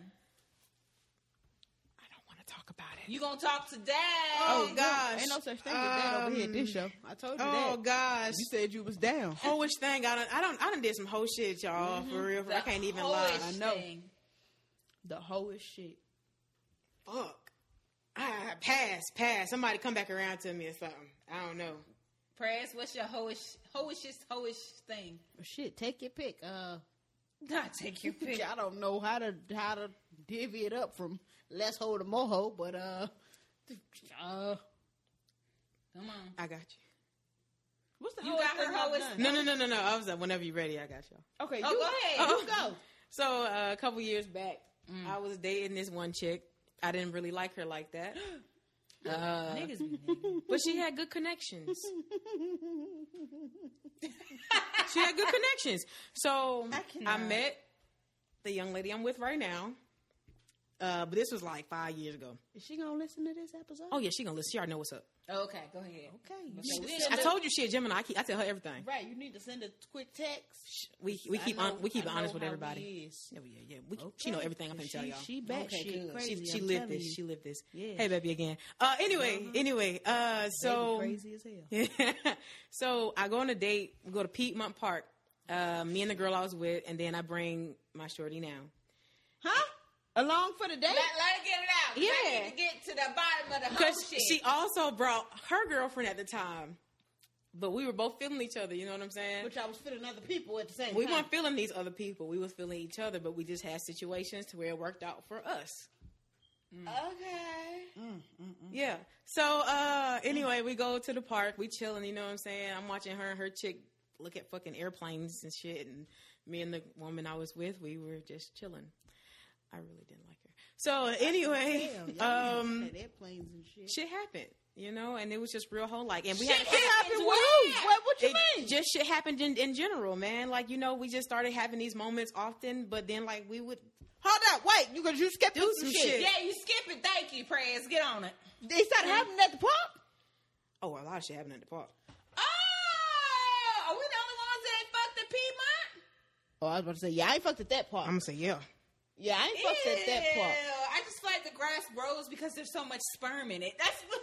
S3: I don't want to talk about it.
S1: You gonna talk today?
S3: Oh, God.
S2: Ain't no such thing as that over here at this show. I told you
S3: Oh
S2: that.
S3: gosh.
S2: You said you was down.
S3: Hoish oh, thing. I done, I don't. I done did some whole shit, y'all. For real. For, I can't even lie.
S1: hoish
S2: I know.
S1: thing.
S2: The hoish shit.
S3: Fuck. Ah, pass, pass. Somebody come back around to me or something. I don't know.
S1: Press, what's your hoish, hoishest, hoish thing?
S2: Shit, take your pick. Uh,
S1: Not take your pick.
S2: I don't know how to how to divvy it up from less ho to more ho, but uh, uh,
S1: Come on.
S3: I got you.
S2: what's the
S1: You got her hoish-
S3: No, no, no, no, no. I was like, whenever you're ready, I got y'all.
S2: Okay,
S1: Oh,
S2: you
S1: go ahead.
S2: You go.
S3: So uh, a couple years back, I was dating this one chick. I didn't really like her like that, uh,
S1: Niggas be niggas.
S3: but she had good connections. she had good connections. So
S1: I
S3: I,
S1: cannot.
S3: met the young lady I'm with right now. Uh, but this was like five years ago.
S2: Is she gonna listen to this episode?
S3: Oh yeah, she gonna listen. She already know what's up.
S1: Okay, go ahead.
S2: Okay, you
S1: She
S2: need to
S1: did.
S2: send
S3: I
S2: a-
S3: told you she a Gemini. I, keep, I tell her everything.
S2: right. You need to send a quick text.
S3: We we
S2: I
S3: keep
S2: know-
S3: on, we
S2: I
S3: keep it honest
S2: know
S3: with
S2: how
S3: everybody.
S2: we is.
S3: Yeah, yeah, yeah. We, She know
S2: Okay.
S3: everything. I'm gonna
S2: She-
S3: tell y'all.
S2: She bat
S1: Okay,
S2: shit
S1: good.
S2: crazy.
S3: she she
S2: I'm
S3: lived
S2: telling
S3: this.
S2: you.
S3: She lived this.
S2: Yeah. Uh-huh.
S3: Hey, baby, again. Uh, anyway, anyway. Uh,
S2: Baby
S3: so
S2: crazy as hell.
S3: so I go on a date. We go to Piedmont Park. Uh, me and the girl I was with, and then I bring my shorty now.
S2: Huh? Along for the day?
S1: Let, let her get it out. 'cause I
S3: Yeah.
S1: need to get to the bottom
S2: Oh,
S1: of the whole
S3: Because
S1: shit.
S3: she also brought her girlfriend at the time, but we were both feeling each other. You know what I'm saying?
S2: Which I was feeling other people at the same
S3: we
S2: time.
S3: weren't feeling these other people. We was feeling each other, but we just had situations to where it worked out for us.
S1: okay.
S3: Yeah. So uh anyway, we go to the park, we chilling, you know what I'm saying? I'm watching her and her chick look at fucking airplanes and shit and me and the woman I was with, we were just chilling. I really didn't like her. So anyway,
S2: Hell, y'all
S3: eh? um
S2: had airplanes and shit.
S3: shit happened, you know, and it was just real whole like and we
S1: Shit
S3: had
S1: happened
S2: happened with
S1: where?
S2: who? What? What you
S3: it
S2: mean?
S3: just shit happened in, in general, man. Like, you know, we just started having these moments often, but then like we would
S2: Hold up, wait. You because you skipped
S3: Do
S2: some
S3: some
S2: shit.
S3: shit.
S1: Yeah, you skip it. Thank you, Prez. Get on it.
S2: They started happening at the park.
S3: Oh, a lot of shit happened at the park.
S1: Oh, are we the only ones that ain't fucked the Piedmont?
S2: Oh, I was about to say, yeah, I ain't fucked at that part.
S3: I'm gonna say yeah.
S2: yeah, I ain't fucked at that
S1: Ew,
S2: part.
S1: I just feel like the grass grows because there's so much sperm in it. That's what.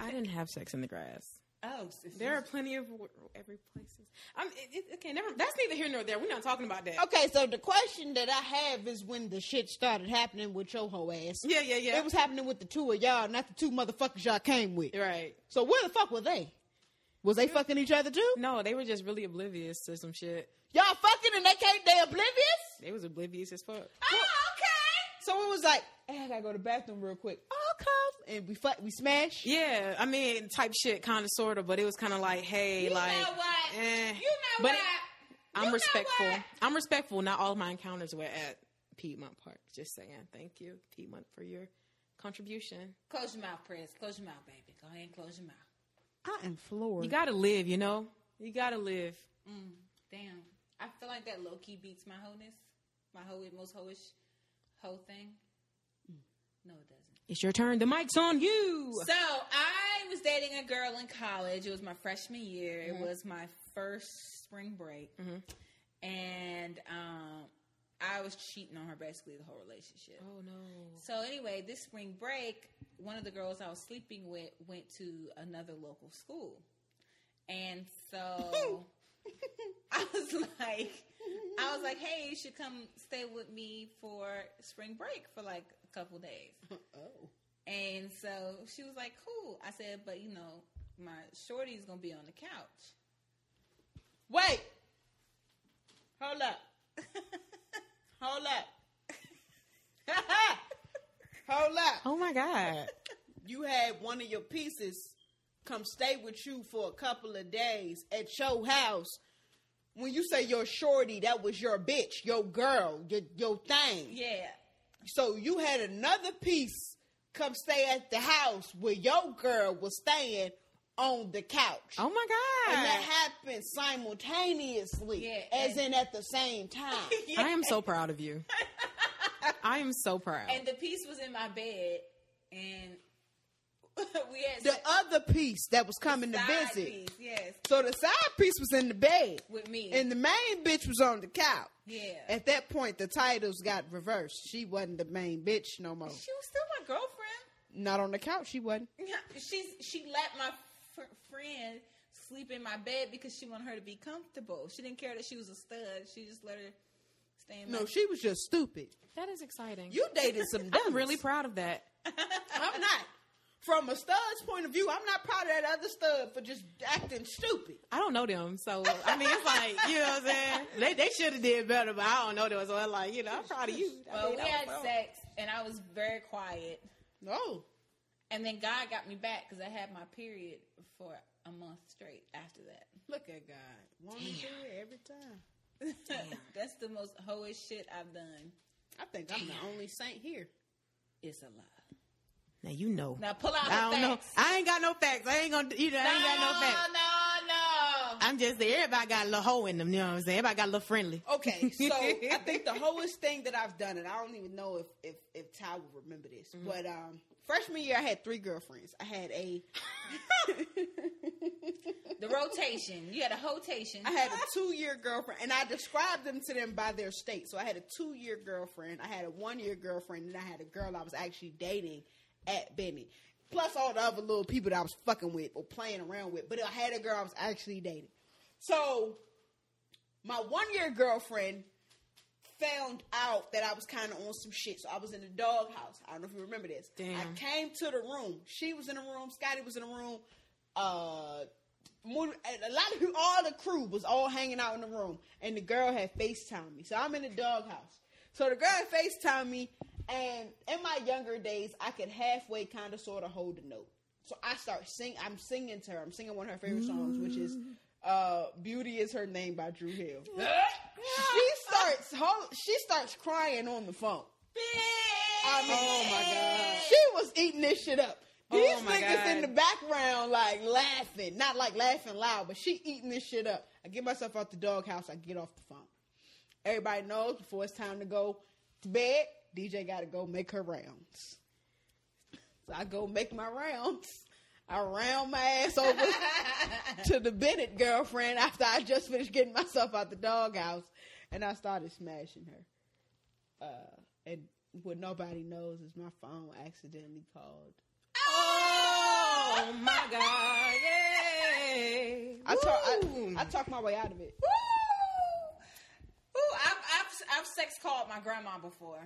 S3: I didn't have sex in the grass.
S1: oh,
S3: There are plenty of wor- every places. I'm it, it, okay. Never. That's neither here nor there. We're not talking about that.
S2: Okay, so the question that I have is when the shit started happening with your hoe ass.
S3: Yeah, yeah, yeah.
S2: It was happening with the two of y'all, not the two motherfuckers y'all came with.
S3: right.
S2: So where the fuck were they? Was they fucking each other too?
S3: No, they were just really oblivious to some shit.
S2: Y'all fucking and they can't, they oblivious?
S3: They was oblivious as fuck.
S2: Ah,
S1: Oh,
S2: So it was like, hey, I gotta go to the bathroom real quick. Oh, come. And we fuck, we smash.
S3: Yeah, I mean, type shit, kind of, sort of, but it was kind of like, hey,
S1: You know
S3: like,
S1: what?
S3: eh.
S1: okay. You know
S3: But
S1: what?
S3: it-
S1: You
S3: I'm
S1: know
S3: respectful.
S1: what?
S3: I'm respectful. Not all of my encounters were at Piedmont Park. Just saying, thank you, Piedmont, for your contribution.
S1: Close your mouth, Prez. Close your mouth, baby. Go ahead and close your mouth.
S2: I am floored.
S3: You gotta live, you know. You gotta live.
S1: Damn. I feel like that low key beats my wholeness. My whole most hoish whole thing.
S3: Mm.
S1: No, it doesn't.
S3: It's your turn. The mic's on you.
S1: So I was dating a girl in college. It was my freshman year. It was my first spring break, and um, I was cheating on her basically the whole relationship.
S3: oh no.
S1: So anyway, this spring break, one of the girls I was sleeping with went to another local school, and so I was like, I was like, hey, you should come stay with me for spring break for like a couple days.
S2: oh.
S1: And so she was like, "Cool." I said, "But you know, my shorty's gonna be on the couch."
S2: Wait. Hold up. Hold up. Hold up.
S3: Oh my god.
S2: You had one of your pieces come stay with you for a couple of days at your house. When you say your shorty, that was your bitch, your girl, your, your thing.
S1: Yeah.
S2: So you had another piece come stay at the house where your girl was staying on the couch.
S3: Oh my god.
S2: And that happened simultaneously,
S1: Yeah,
S2: as
S1: and-
S2: in at the same time.
S3: I am so proud of you. I am so
S2: Oh.
S3: proud.
S1: And the piece was in my bed, and we had
S2: the other piece that was coming to
S1: side
S2: visit.
S1: piece, yes,
S2: So the side piece was in the bed,
S1: with me.
S2: and the main bitch was on the couch.
S1: yeah,
S2: At that point, the titles got reversed. She wasn't the main bitch no more.
S1: she was still my girlfriend.
S2: Not on the couch, she wasn't.
S1: She's she let my fr- friend sleep in my bed because she wanted her to be comfortable. She didn't care that she was a stud. She just let her stay in.
S2: No,
S1: my-
S2: she was just stupid.
S3: that is exciting.
S2: You dated some.
S3: I'm
S2: dummies.
S3: really proud of that.
S2: I'm not. From a stud's point of view, I'm not proud of that other stud for just acting stupid.
S3: I don't know them, so I mean, it's like you know what I'm saying. They they should have did better, but I don't know them, so I'm like, you know, I'm proud of you. I
S1: Well,
S3: mean,
S1: we
S3: that
S1: had
S3: was fun.
S1: sex, and I was very quiet.
S2: No.
S1: And then God got me back because I had my period for a month straight after that.
S2: Look at God. Wanna do it every time.
S1: That's the most hoish shit I've done.
S2: I think I'm the only saint here.
S1: It's a lie.
S3: Now you know.
S1: Now pull out.
S3: I
S1: the
S3: don't know.
S1: facts.
S3: I ain't got no facts. I ain't gonna. You know, I ain't got no facts.
S1: no, no,
S3: I'm just saying, everybody got a little hoe in them. You know what I'm saying? Everybody got a little friendly.
S2: Okay, so I think the hoest thing that I've done, and I don't even know if if, if Ty will remember this, but um, freshman year I had three girlfriends. I had a
S1: no. The rotation. You had a rotation.
S2: I had a two year girlfriend, and I described them to them by their state. So I had a two year girlfriend, I had a one year girlfriend, and I had a girl I was actually dating at Benny. Plus all the other little people that I was fucking with or playing around with. But I had a girl I was actually dating. So my one year girlfriend found out that I was kind of on some shit. So I was in the doghouse. I don't know if you remember this. I
S3: Damn.
S2: came to the room. She was in the room. Scotty was in the room. Uh, more, a lot of people, all the crew was all hanging out in the room, and the girl had FaceTime me. So I'm in the doghouse. So the girl had FaceTime me, and in my younger days, I could halfway kind of sort of hold the note. So I start sing. I'm singing to her. I'm singing one of her favorite songs, which is uh, "Beauty Is Her Name" by Drew Hill. she starts. Hold, she starts crying on the phone. I mean,
S3: Oh my God.
S2: She was eating this shit up.
S3: Oh
S2: These
S3: my
S2: niggas
S3: God.
S2: in the background, like laughing, not like laughing loud, but she eating this shit up. I get myself out the doghouse. I get off the phone. Everybody knows before it's time to go to bed, DJ got to go make her rounds. So I go make my rounds. I round my ass over to the Bennett girlfriend after I just finished getting myself out the doghouse, and I started smashing her Uh, and what nobody knows is my phone accidentally called.
S3: Oh my god! Yay!
S2: I talk, I,
S3: Woo!
S2: I talk my way out of it.
S1: Woo! Ooh, I've, I've, I've sex called my grandma before.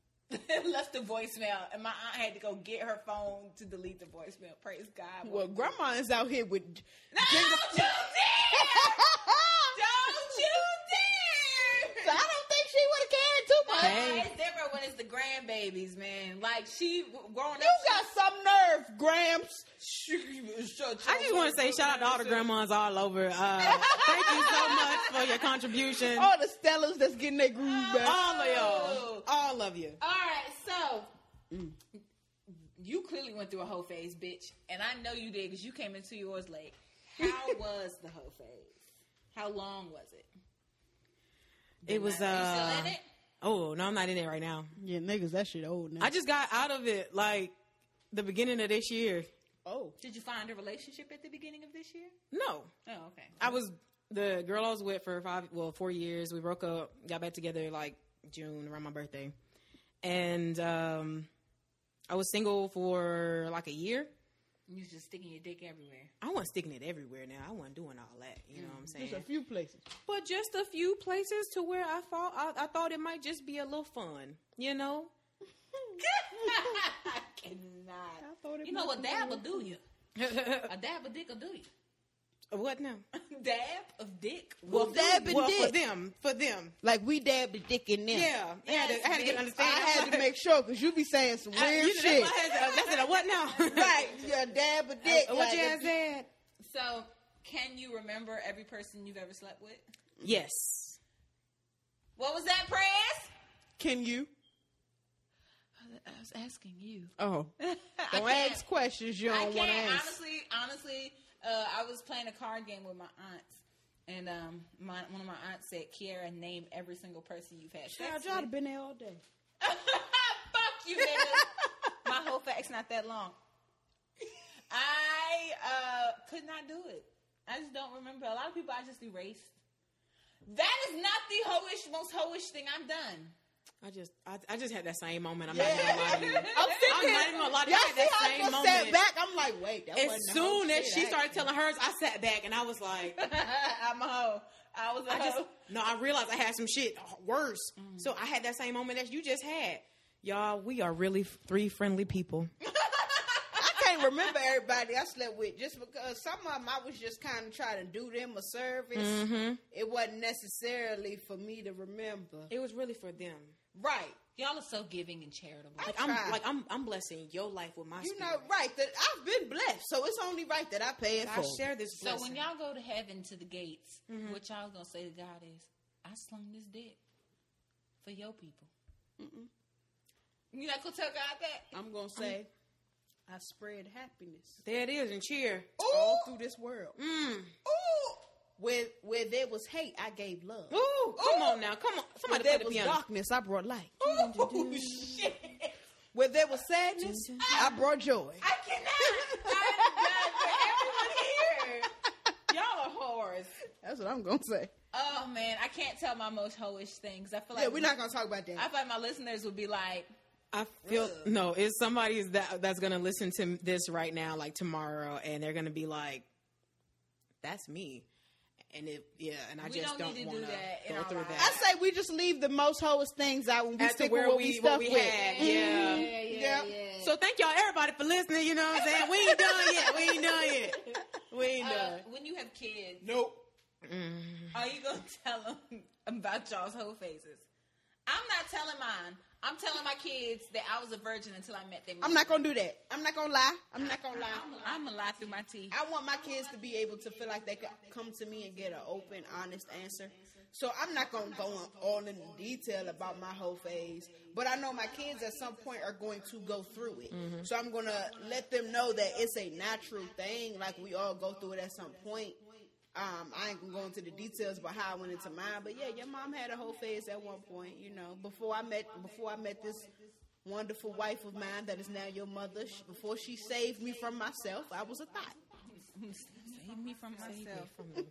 S1: Left a voicemail, and my aunt had to go get her phone to delete the voicemail. Praise God.
S2: Well, grandma is out here with.
S1: don't you dare! Don't you dare!
S2: So I don't think she would have cared too much.
S3: Hey.
S1: It's different when it's the grandbabies, man. Like she w- growing
S2: You got some nerve, Gramps.
S1: up.
S3: I just want to say shout out to all the grandmas all over. Uh, thank you so much for your contribution.
S2: All the Stellas that's getting their groove back.
S3: All of y'all,
S1: Oh.
S3: all of you.
S1: All right, so Mm. you clearly went through a whole phase, bitch, and I know you did because you came into yours late. How was the whole phase? How long was it?
S3: It was
S1: you
S3: uh
S1: still in it?
S3: oh no, I'm not in it right now.
S2: Yeah, niggas, that shit old now.
S3: I just got out of it like the beginning of this year.
S2: oh,
S1: Did you find a relationship at the beginning of this year?
S3: No,
S1: Oh, okay.
S3: I was the girl I was with for five, well, four years. We broke up, got back together like June around my birthday, and um, I was single for like a year.
S1: You was just sticking your dick everywhere.
S3: I wasn't sticking it everywhere now. I wasn't doing all that. You know what I'm saying?
S2: Mm-hmm. just a few places.
S3: but just a few places to where I thought I, I thought it might just be a little fun. You know?
S1: I cannot.
S2: I thought it
S1: You know
S2: might
S1: a
S2: be
S1: dab will do you. A dab of dick will do you.
S3: What now?
S1: Dab of dick.
S2: Well,
S1: will do.
S2: dab and
S3: well,
S2: dick.
S3: for them, for them.
S2: Like we dabbed the dick in them.
S3: Yeah, I had to, I had to get an
S2: I
S3: understanding.
S2: had to make sure because you be saying some weird
S3: I, you know,
S2: shit.
S3: That's, why I had to, that's it. I- What now?
S2: Right, yeah, dab a dick.
S3: What
S2: like,
S3: you ass had?
S1: So, can you remember every person you've ever slept with?
S3: Yes.
S1: What was that, press?
S2: Can you?
S1: I was asking you.
S2: Oh,
S1: I
S2: don't
S1: can't-
S2: ask questions you
S1: I
S2: don't want to
S1: can't
S2: ask.
S1: honestly, honestly. Uh, I was playing a card game with my aunts, and um, my one of my aunts said, "Kiara, name every single person you've had sex with."
S3: been there all day.
S1: Fuck you, nigga. my whole fact's not that long. I uh, could not do it. I just don't remember. A lot of people I just erased. That is not the hoish, most hoish thing I've done.
S3: I just, I, I just had that same moment. I'm not even gonna lie to you.
S1: I'm
S3: I'm not even gonna lie to you.
S2: Y'all see
S3: I had that
S2: how I
S3: same
S2: just
S3: moment.
S2: sat back? I'm like, wait, that
S3: As
S2: wasn't the whole
S3: soon as
S2: shit.
S3: she
S2: I-
S3: started telling hers, I sat back and I was like,
S1: I'm a hoe. I was a
S3: I just
S1: hoe.
S3: no, I realized I had some shit worse. So I had that same moment that you just had. Mm. Y'all, we are really f- three friendly people.
S2: I can't remember everybody I slept with just because some of them I was just kind of trying to do them a service.
S3: Mm-hmm.
S2: It wasn't necessarily for me to remember.
S3: It was really for them.
S2: Right.
S1: Y'all are so giving and charitable.
S3: Like
S2: I
S3: I'm
S2: tried.
S3: like I'm I'm blessing your life with my
S2: You
S3: spirit.
S2: know, right. That I've been blessed, so it's only right that I pay it
S3: I
S2: for.
S3: share this
S1: so
S3: blessing.
S1: when y'all go to heaven to the gates, what y'all gonna say to God is, "I slung this dick for your people." You not gonna tell God that?
S2: I'm gonna say, I spread happiness
S3: there it is and cheer.
S2: all through this world.
S3: Mm.
S2: Ooh. Where where there was hate, I gave love.
S3: Ooh, come on now, come on.
S2: Where
S3: Somebody play
S2: there
S3: the
S2: was
S3: piano.
S2: darkness, I brought light.
S1: Oh shit!
S2: Where there was sadness, I brought joy.
S1: I cannot. I'm done for everyone here. Y'all are whores.
S2: That's what I'm gonna say.
S1: Oh man, I can't tell my most hoish things. I feel like
S2: Yeah, we're not gonna talk about that.
S1: I feel like my listeners would be like,
S3: I feel
S1: Ugh.
S3: no. It's somebody that that's gonna listen to this right now, like tomorrow, and they're gonna be like, "That's me," and it yeah. And I
S1: We
S3: just
S1: don't
S3: don't,
S1: need to do
S3: want to
S1: that in
S3: go
S1: our
S3: through
S1: lives.
S2: I
S3: that.
S2: say we just leave the most hoes things out when we
S3: As to
S2: stick
S3: where
S2: with what
S3: we-
S2: we,
S3: what
S2: stuck
S3: we
S2: with. Mm-hmm.
S3: had.
S1: yeah,
S3: Yeah.
S1: yeah, yeah.
S2: Yeah.
S1: yeah.
S3: So thank y'all everybody for listening. You know what I'm saying? We ain't done yet. We ain't done yet. We ain't
S1: uh,
S3: done.
S1: when you have kids,
S2: Nope.
S1: Are you gonna tell them about y'all's whole faces? I'm not telling mine. I'm telling my kids that I was a virgin until I met them.
S2: I'm not gonna do that. I'm not gonna lie. I'm not gonna lie.
S1: I'm gonna lie through my teeth.
S2: I want my kids to be able to feel like they could come to me and get an open, honest answer. So I'm not gonna go in all in detail about my whole phase, but I know my kids at some point are going to go through it. So I'm gonna let them know that it's a natural thing. Like we all go through it at some point. Um, I ain't gonna go into the details about how I went into mine, but yeah, your mom had a whole phase at one point. You know, before I met before I met this wonderful wife of mine that is now your mother. She, before she saved me from myself, I was a thought.
S1: Save me from myself.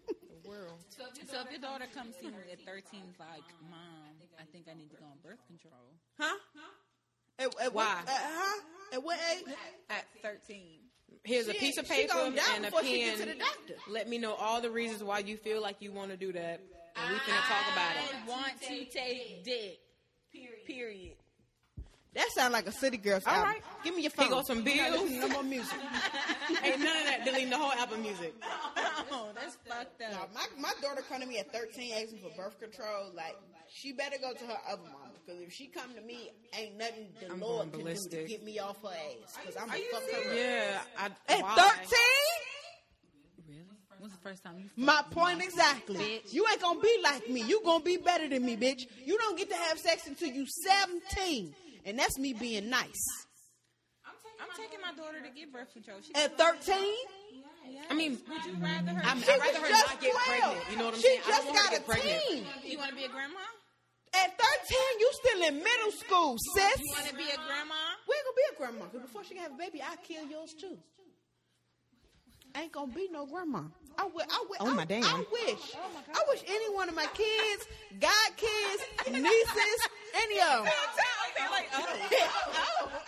S1: So if your, daughter comes to you at 13, is like, Mom, I think I need to go on birth control.
S3: Huh?
S2: At, at
S3: Why?
S2: What, uh, huh? At what age?
S1: At 13.
S3: Here's a
S2: She-
S3: piece of
S2: she
S3: paper
S2: gonna die
S3: and a
S2: before
S3: pen.
S2: she get to the doctor.
S3: Let me know all the reasons why you feel like you want to do that, and we can talk about it.
S1: I want to take dick. Period. Period.
S2: That sounds like a city girl's
S3: All
S2: album.
S3: right.
S2: Give me your phone.
S3: Here go some
S2: I'm not
S3: bills.
S2: listening to No more music.
S3: Ain't none of that deleting the whole album music.
S1: Oh, that's fucked
S2: No,
S1: up.
S2: my, my daughter come to me at 13 asking for birth control. Like, she better go to her other mama. Because if she come to me, ain't nothing the
S3: I'm
S2: Lord can
S3: going
S2: do to
S3: ballistic.
S2: get me off her ass. Because I'm going to fuck her up.
S3: Yeah, I,
S2: At
S3: why?
S2: 13?
S1: Really? When's the first time you
S2: My point exactly.
S1: Bitch.
S2: You ain't gonna be like me. You gonna be better than me, bitch. You don't get to have sex until you 17, and that's me being nice.
S1: I'm taking my daughter to get birth control. She
S2: At 13,
S3: I mean,
S1: would you rather her?
S3: I'm,
S2: she
S3: I'd
S2: was
S3: rather her
S2: just
S3: not get
S2: 12.
S3: pregnant. You know what I'm
S2: she
S3: saying? I
S2: just
S3: don't want her
S2: got
S3: to get
S2: a
S3: pregnant.
S2: teen.
S1: you want to be a grandma?
S2: At 13, you still in middle school, sis.
S1: You want to be a grandma?
S2: We ain't gonna be a grandma. 'cause before she can have a baby, I kill yours too. Ain't gonna be no grandma. I wi- I wi-
S3: Oh,
S2: I-
S3: my damn.
S2: I wish.
S3: Oh,
S2: I wish any one of my kids, godkids, nieces, any of them.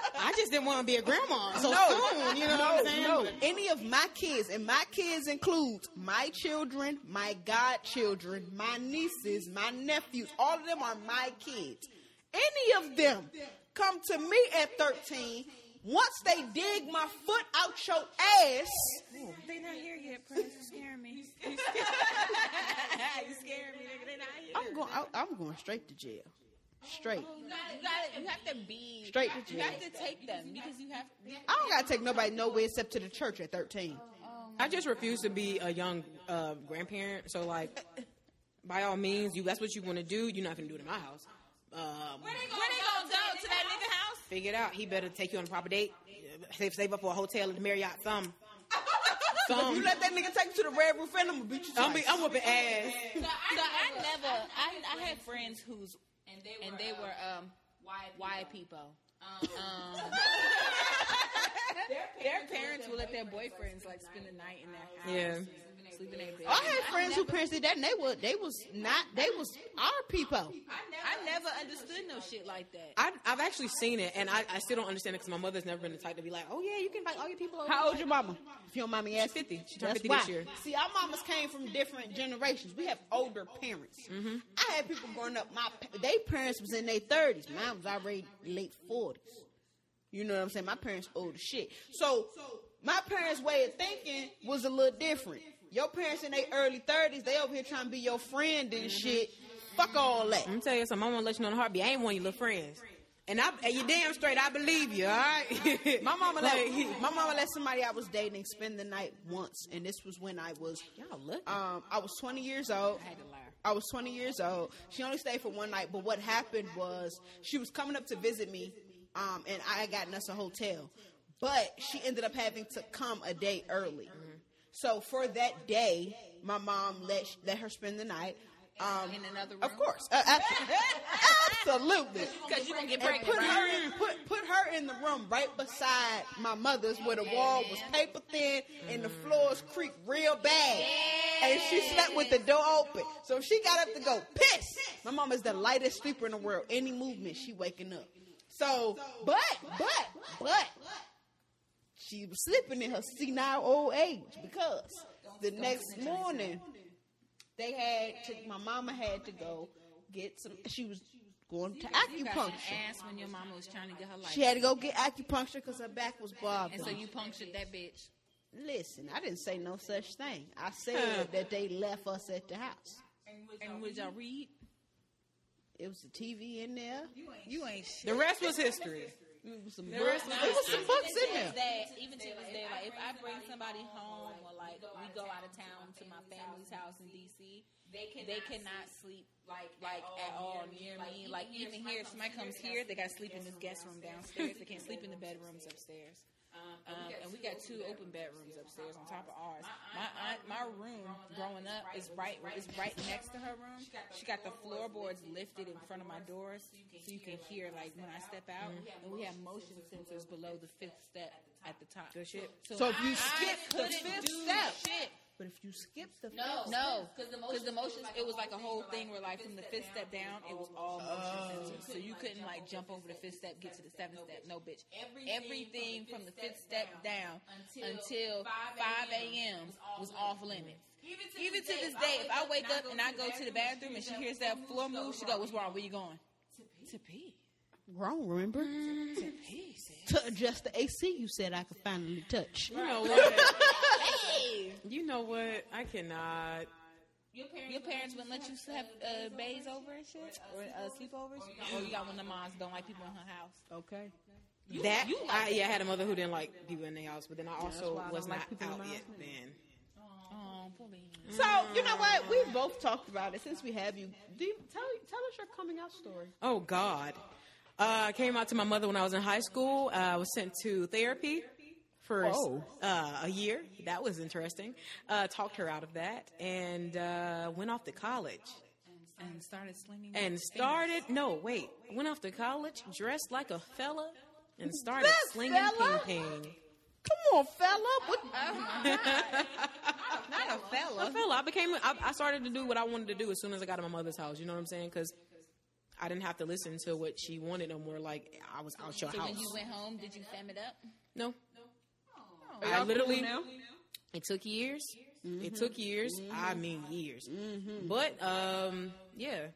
S3: I just didn't want to be a grandma so soon. You know
S2: no,
S3: what I'm saying?
S2: no. Any of my kids, and my kids includes my children, my godchildren, my nieces, my nephews. All of them are my kids. Any of them come to me at 13. Once they dig my foot out your ass,
S1: They not here yet, Prince. Hear me.
S2: I'm going straight to jail. Straight.
S1: You gotta- you gotta- you have to be
S2: Straight to
S1: You have
S2: jail.
S1: to take them because you have.
S2: I don't gotta take nobody nowhere except to the church at 13.
S3: I just refuse to be a young uh, grandparent. So like, by all means, you that's what you want to do. You're not gonna do it in my house. Um,
S1: Where they gonna go to that nigga house?
S3: figure it out. He better take you on a proper date. Save, save up for a hotel at the Marriott. Some.
S2: If
S3: Some.
S2: you let that nigga take you to the Red Roof Inn, I'm gonna beat you
S3: I'm,
S2: twice.
S3: be- I'm whooping ass.
S1: No, I never. I, I had friends whose and they were, and they were um white people. Um, their parents will let their boyfriends like spend the night in their house,
S3: Yeah.
S1: sleep in their bed.
S2: I had friends who parents did that, and they were they was not they was our people.
S1: Oh, I never understood no shit like that.
S3: I, I've actually seen it, and I, I still don't understand it because my mother's never been the type to be like, oh yeah, you can invite all your people over.
S2: How old your mama? If your mommy asked,
S3: 50. She turned
S2: That's
S3: 50 this
S2: why.
S3: year.
S2: See, our mamas came from different generations. We have older parents. I had people growing up. My pa- they parents was in their thirties. Mine was already late forties. You know what I'm saying? My parents old as shit. So my parents' way of thinking was a little different. Your parents in their early thirties, they over here trying to be your friend and shit. Fuck all that.
S3: I'm gonna tell you something. I'm gonna let you know in a heartbeat. I ain't one of your little friends. And I, and you damn straight, I believe you. All right.
S2: My mama let my mama let somebody I was dating spend the night once, and this was when I was
S3: Y'all look.
S2: um I was 20 years old. I was 20 years old. She only stayed for one night, but what happened was she was coming up to visit me, um, and I had gotten us a hotel, but she ended up having to come a day early.
S1: Mm-hmm.
S2: So for that day, my mom let let her spend the night. Um,
S1: In another room?
S2: of course, uh, abso- absolutely.
S1: Because you gonna get
S2: And
S1: pregnant.
S2: put
S1: right?
S2: her in, put put her in the room right beside my mother's where the wall was paper thin and the floors creaked real bad. And she slept with the door open. So if she got up to go piss. My mom is the lightest sleeper in the world. Any movement, she waking up. So but but but she was sleeping in her senile old age because the next morning they had to, my mama had to go get some she was going to
S1: You got an
S2: acupuncture.
S1: ass when your mama was trying to get her life.
S2: She had to go get acupuncture because her back was bothering.
S1: and so you punctured that bitch.
S2: Listen, I didn't say no such thing. I said that they left us at the house.
S1: And would y'all read?
S2: It was the TV in there.
S1: You ain't shit.
S3: The rest was history.
S2: It was some books.
S3: rest was
S2: It was some books in there.
S1: That even to this day, like if I bring somebody home or like we go out of town to my family's house in DC, they can they cannot sleep like like at all near me. Like even here, if somebody comes here, they got to sleep in this guest room downstairs. They can't sleep in the bedrooms upstairs. Um, and we got two open bedrooms upstairs on top of ours. My aunt, my room growing up is right is right next to her room. She got the floorboards lifted in front of my doors, so you can hear like when I step out. And we have motion sensors below the fifth step at the top. Good shit.
S2: So if you
S1: I
S2: skip the
S1: couldn't
S2: fifth
S1: do
S2: step-
S1: shit.
S2: But if you skip the
S1: No, no, because the motions, it was like a whole thing where, like, from the fifth step down, it was all motion sensors. So you couldn't, like, jump over the fifth step, get to the seventh step. No, bitch. Everything from the fifth step down until 5 a.m. was off limits. Even to this day, if I wake up and I go to the bathroom and she hears that floor move, she go, What's wrong? Where you going? To pee.
S2: wrong, remember? To adjust the AC, you said I could finally touch.
S3: You know what? you know what? I cannot.
S1: Your parents wouldn't let you have uh, bays over and shit? Or uh, sleepovers? Or you got one of the moms don't like people in her house?
S2: Okay.
S3: that I, yeah, I had a mother who didn't like people in the house, but then I also
S2: why I
S3: was
S2: don't like
S3: not
S2: people in
S3: out
S2: my
S3: yet
S2: house now.
S3: then.
S1: Oh, poor baby.
S2: So you know what? We both talked about it since we have you. Do you tell tell us your coming out story.
S3: Oh God. Uh, I came out to my mother when I was in high school. Uh, I was sent to therapy for
S2: Whoa.
S3: uh, a year. That was interesting. Uh, talked her out of that and uh, went off to college
S1: And started slinging.
S3: and started. No, wait. Went off to college dressed like a fella and started
S2: That
S3: slinging
S2: fella?
S3: ping pong.
S2: Come on, fella. What?
S1: Not a
S3: I
S1: fella.
S3: feel I became. I, I started to do what I wanted to do as soon as I got to my mother's house. You know what I'm saying? Because I didn't have to listen to what she wanted no more. Like I was out your
S1: So when
S3: house.
S1: you went home, did you fam it up?
S3: No,
S1: Oh.
S2: Are
S3: I
S2: y'all
S3: literally.
S2: cool now?
S3: It took years.
S1: Mm-hmm.
S3: It took years. I mean years. But um, yeah.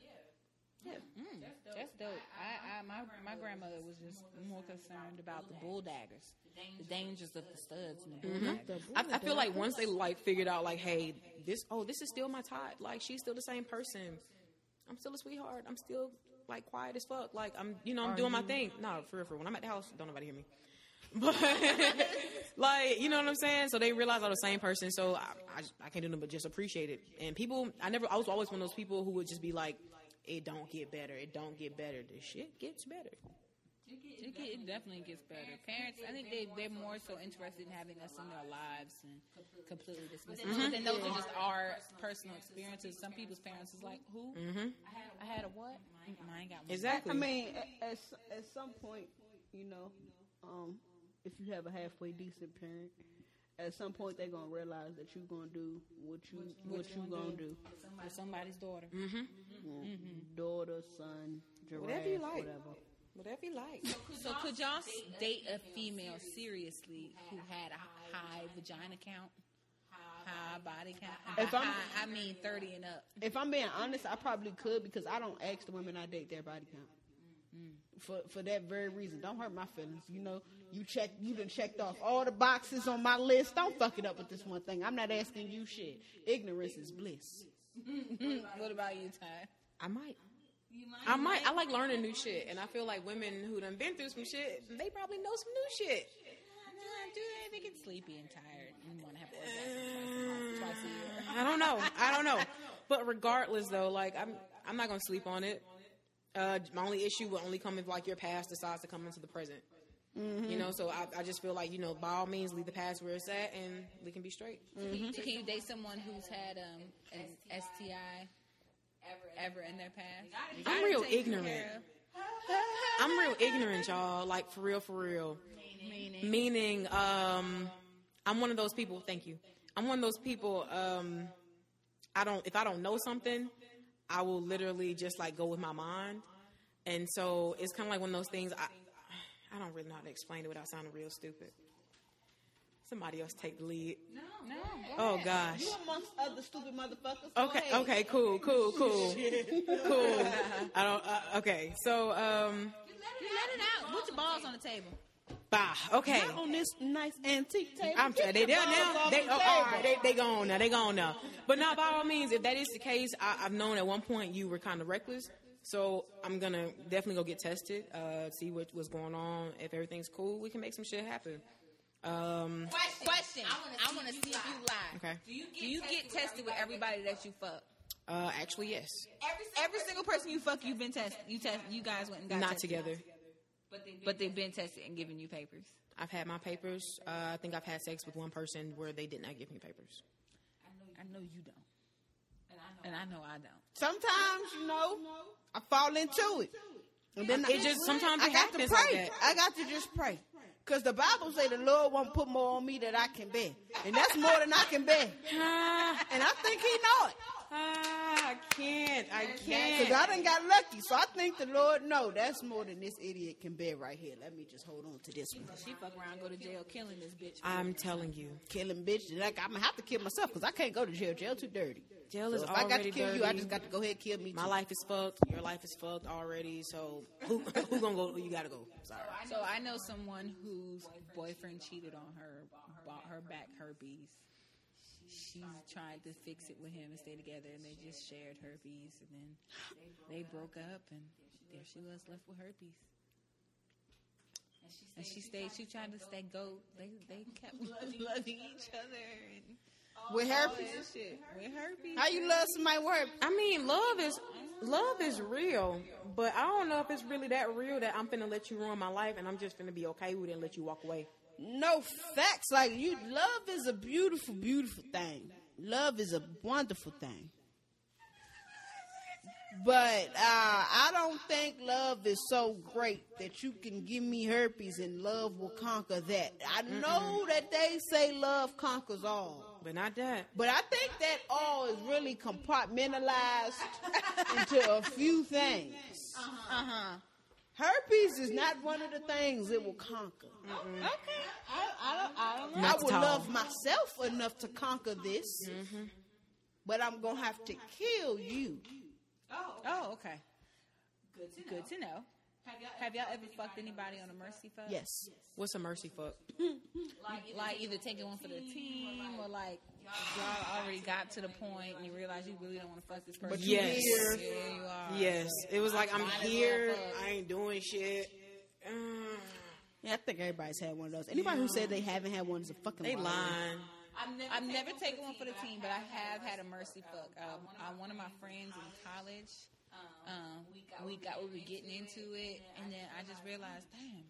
S1: That's dope. I, I my my grandmother was just more concerned about the bull daggers, the dangers of the studs and the bull daggers.
S3: I, I feel like once they like figured out like, hey, this oh this is still my type. Like she's still the same person. I'm still a sweetheart. I'm still like quiet as fuck. Like I'm, you know, I'm doing my thing. No, for real, for real. When I'm at the house, don't nobody hear me. But like, you know what I'm saying? So they realize I'm the same person. So I, I, I can't do nothing but just appreciate it. And people, I never, I was always one of those people who would just be like, "It don't get better. It don't get better. The shit gets better."
S1: It, get, it definitely gets better. Parents, I think they they're more so interested in having us in their lives and completely dismissing. us. But then those are just our personal experiences. Some people's parents is like, who? I had a what? Mine got one.
S3: Exactly.
S2: I mean, at, at, s- at some point, you know, um, if you have a halfway decent parent, at some point they're gonna realize that you're gonna do what you what you gonna do. Mm-hmm.
S1: Or somebody's daughter.
S2: Daughter, son, giraffe,
S3: Whatever you like.
S2: whatever.
S3: Whatever you like.
S1: So could y'all s- date a female seriously who had a high vagina count, high body count?
S2: If I'm-
S1: high- I mean, thirty and up.
S2: If I'm being honest, I probably could because I don't ask the women I date their body count.
S3: Mm-hmm.
S2: For for that very reason, don't hurt my feelings. You know, you check, you done checked off all the boxes on my list. Don't fuck it up with this one thing. I'm not asking you shit. Ignorance is bliss.
S1: what about you, Ty?
S3: I might. I might. I like learning new shit, and I feel like women who done been through some shit, they probably know some new shit.
S1: Do they get sleepy and tired and want to have orgasms twice a year?
S3: I don't know. I don't know. But regardless, though, like I'm, I'm not gonna sleep on it. Uh, my only issue will only come if like your past decides to come into the present. You know, so I, I just feel like you know, by all means, leave the past where it's at, and we can be straight.
S1: So can you date someone who's had um, an STI ever in their past?
S3: I'm real
S1: care
S3: ignorant. I'm real ignorant, y'all. Like for real, for real. Meaning, um, I'm one of those people. Thank you. I'm one of those people. Um, I don't. If I don't know something, I will literally just like go with my mind. And so it's kind of like one of those things. I, I don't really know how to explain it without sounding real stupid. Somebody else take the lead.
S1: No.
S3: Oh gosh.
S2: amongst other stupid motherfuckers.
S3: Okay. Okay. Cool. Cool. Cool. Cool. I don't. Uh, okay. So. um...
S1: You let it out. Put your balls on the table.
S3: Bah. Okay.
S2: Not on this nice antique table.
S3: I'm
S2: Get
S3: trying. They
S2: your
S3: down
S2: balls
S3: now.
S2: off
S3: They
S2: the
S3: oh, all right.
S2: table.
S3: They they gone now. They gone now. But now, by all means, if that is the case, I, I've known at one point you were kind of reckless. So I'm gonna definitely go get tested. Uh, see what what's going on. If everything's cool, we can make some shit happen.
S1: Question. I want to see, if you lie.
S3: Okay.
S1: Do you get, tested with everybody that you fuck?
S3: Uh, actually, yes.
S1: Every, single person you fuck, you've been tested. You test. You guys went and got
S3: Not
S1: tested.
S3: together.
S1: but they've been tested and given you papers.
S3: I've had my papers. Uh, I think I've had sex with one person where they did not give me papers.
S1: I know you don't, and I know I don't.
S2: Sometimes you know, I fall into it, and then I-
S3: It just sometimes
S2: I
S3: it
S2: got to pray.
S3: happens like that.
S2: I got to just pray. Cause the Bible say the Lord won't put more on me that I can bear, and that's more than I can bear.
S3: Ah,
S2: And I think He know it,
S3: ah, I can't. I
S2: cause
S3: can't.
S2: I done got lucky. So I think the Lord know that's more than this idiot can bear right here. Let me just hold on to this one.
S1: She fuck around, go to jail, killing this bitch.
S3: I'm telling you,
S2: Killing bitch, like I'm gonna have to kill myself, cause I can't go to jail. Jail too dirty.
S3: jail
S2: So
S3: is
S2: if I
S3: already
S2: got to kill
S3: dirty.
S2: you, I just got to go ahead and kill me.
S3: My
S2: too.
S3: life is fucked. Your life is fucked already. So who who gonna go? Who you gotta go? Sorry.
S1: So I know someone whose boyfriend cheated on her, bought her back herpes. She tried to fix it with him and stay together, and they just shared herpes, and then they broke up, and there she was left with herpes. And she stayed. She tried to stay go. They they kept loving each other and
S2: with
S1: all
S2: herpes.
S1: that shit with herpes.
S2: How you love somebody with herpes?
S3: I mean, love is love is real, but I don't know if it's really that real that I'm finna let you ruin my life and I'm just finna be okay with it and let you walk away.
S2: No facts. Like you, love is a beautiful, beautiful thing. Love is a wonderful thing. But uh, I don't think love is so great that you can give me herpes and love will conquer that. I know that they say love conquers all.
S3: But not that.
S2: But I think that all is really compartmentalized into a few things. Uh huh. Herpes is not one of the things it will conquer. Okay. I, I don't, I don't know.
S3: Not
S2: I would
S3: at all.
S2: love myself enough to conquer this, but I'm going to have to kill you.
S1: Oh, okay. Good to know. Have y'all, have y'all ever fucked anybody on a mercy fuck?
S2: Yes.
S3: What's a mercy fuck?
S1: Like either taking one for the team or like y'all already got to the point and you realize you really don't want to fuck this person.
S2: But
S3: you Yes.
S2: here.
S1: Yeah, you are.
S3: Yes, it was like I'm
S1: Might as well
S3: here.
S1: fuck.
S3: I ain't doing shit. Mm.
S2: Yeah, I think everybody's had one of those. Anybody who said they haven't had one is a fucking
S3: They
S2: liar.
S3: lying.
S1: I've never, I've never taken one for the team, but I have had a mercy fuck. Um, uh, one of my friends in college, um, we got we were getting into it, and then I just realized, damn,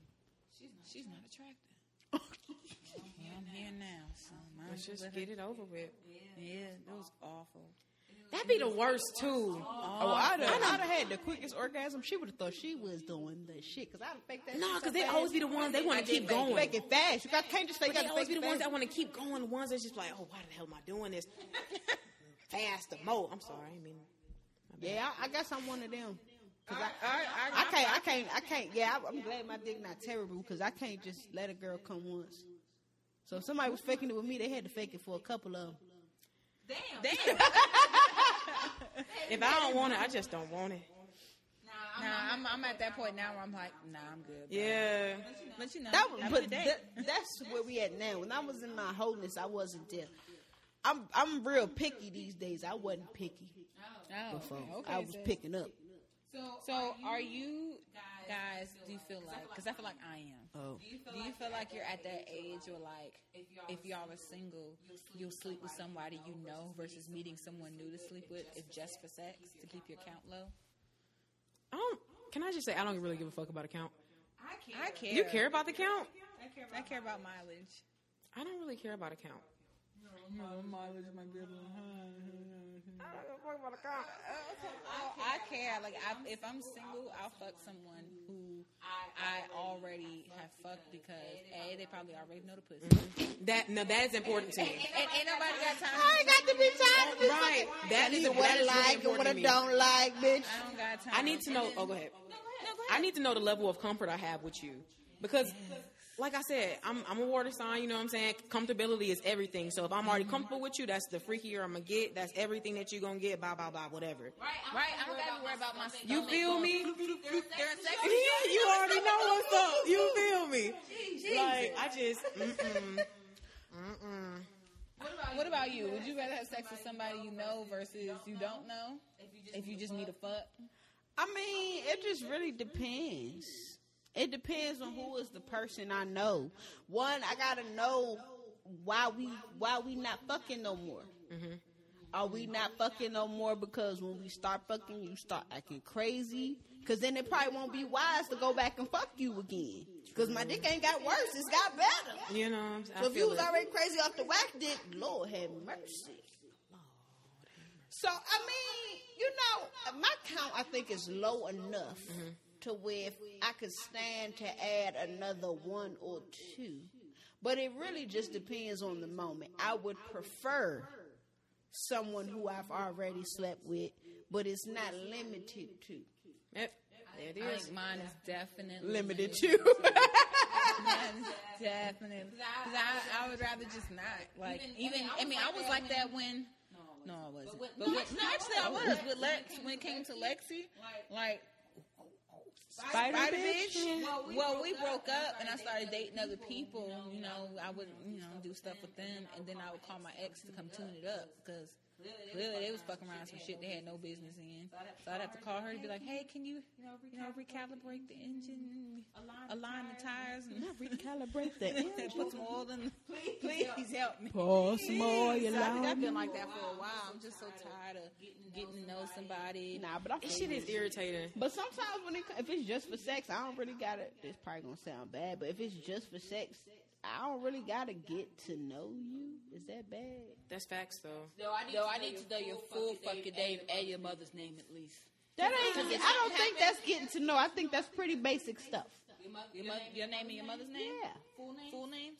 S1: she's not attractive. Yeah, I'm here now, so might
S3: Let's
S1: as well
S3: just
S1: let her-
S3: get it over with.
S1: Yeah, that was awful.
S3: That'd be the worst too.
S2: Oh, I'd have, I'd have had the quickest orgasm. She would have thought she was doing the shit because I'd have faked that.
S3: No,
S2: shit so
S3: because they
S2: fast.
S3: always be the ones they want to keep
S2: Fake it-
S3: going.
S2: Fake it fast. You got, can't just say you got
S3: But they
S2: to fake
S3: always be
S2: it
S3: the ones
S2: fast.
S3: that want to keep going. The ones that's just like, oh, why the hell am I doing this? Faster, more. I'm sorry. I mean,
S2: Yeah, I, I guess I'm one of them. 'Cause I,
S3: I,
S2: I can't, I can't, I can't. Yeah, I, I'm glad my dick not terrible because I can't just let a girl come once. So if somebody was faking it with me, they had to fake it for a couple of. 'em.
S1: Damn.
S3: if I don't want it, I just don't want it.
S1: Nah, I'm, I'm at that point now where I'm like, nah, I'm good. bro.
S3: Yeah.
S1: But you know,
S2: That was,
S1: have a
S2: but
S1: good day.
S2: that- that's where we at now. When I was in my wholeness, I wasn't there. I'm, I'm real picky these days. I wasn't picky
S1: Oh,
S2: before.
S1: okay,
S2: I was
S1: sis.
S2: picking up.
S1: So, are you guys? Do you feel like? Because I feel like I am.
S2: Oh.
S1: Do you feel like, you're at that age where like, if y'all are single, you'll sleep with somebody you know versus meeting someone new to sleep with, if just for sex to keep your count low?
S3: I don't. Can I just say I don't really give a fuck about a count.
S1: I care. I care.
S3: You care about the count?
S1: I care about mileage.
S3: I don't really care about a count.
S1: I, I care. Like, I, if I'm single, I'll fuck someone who I already have fucked because a they probably already know the pussy, and,
S3: That no, that is important to me.
S1: and ain't nobody got time.
S2: I ain't got to be tired of this.
S3: Right. That is
S2: Either what
S3: that
S2: I
S3: is really
S2: like and
S3: important
S2: what
S3: to
S2: I
S3: me.
S2: don't like, bitch.
S1: I don't got time.
S3: I need to know. Oh, go ahead. I need to know the level of comfort I have with you, because, like I said, I'm I'm a water sign. You know what I'm saying? Comfortability is everything. So if I'm already comfortable with you, that's the freakier I'm gonna get. That's everything that you're gonna get. Blah blah blah. Whatever.
S1: Right, I don't gotta worry about my.
S3: You feel me?
S1: They're
S3: Yeah,
S1: sexy.
S3: you already know what's up. You feel me? Like I just. Mm-mm.
S1: What about you? Would you rather have sex with somebody you know versus you don't know? If you just need a fuck,
S2: I mean, it just really depends. It depends on who is the person I know. One, I gotta know why we why we not fucking no more. Are we not fucking no more because when we start fucking, you start acting crazy? Because then it probably won't be wise to go back and fuck you again. Because my dick ain't got worse; it's got better.
S3: You know. I'm- I
S2: So if you
S3: feel
S2: was
S3: it.
S2: already crazy off the whack dick, Lord have mercy. So I mean, you know, my count I think is low enough
S3: Mm-hmm.
S2: to where if I could stand to add another one or two. But it really just depends on the moment. I would prefer someone who I've already slept with, but it's not limited to.
S3: Yep. There it
S1: I
S3: is.
S1: think mine is definitely
S2: Limited to.
S1: Mine is definitely. 'Cause I, I would rather just not. Like even, I mean, I was like that when. No, I wasn't. But when, no, actually, I was. With Lex, when it came to Lexi, like
S3: Spider
S1: Spider
S3: bitch.
S1: bitch. Well, we broke up, and I started dating other people. You know, I would you know do stuff with them, and then I would call my ex to come tune it up because clearly they was fucking around some shit they had no business in. So I'd have to call her to be like, "Hey, can you you know recalibrate the engine, and align the tires, and
S2: Recalibrate that.
S1: put some oil in? Please help me."
S2: Pour some
S1: So
S2: oil
S1: I think
S2: on
S1: I've been like that for a while. I'm just so tired of getting to know somebody.
S2: Nah, but I
S3: This
S2: feel
S3: shit
S2: you.
S3: is irritating.
S2: But sometimes when it co- if it's just for sex, I don't really gotta. It's probably gonna sound bad, but if it's just for sex, I don't really gotta get to know you. Is that bad?
S3: That's facts though.
S1: Yo, I need to know your full fucking name and your mother's name at least.
S2: That ain't. I don't think that's getting to know. I think that's pretty basic stuff.
S1: Your, mother, your, mother, your name and your mother's name?
S2: Yeah.
S1: Full names? Full names?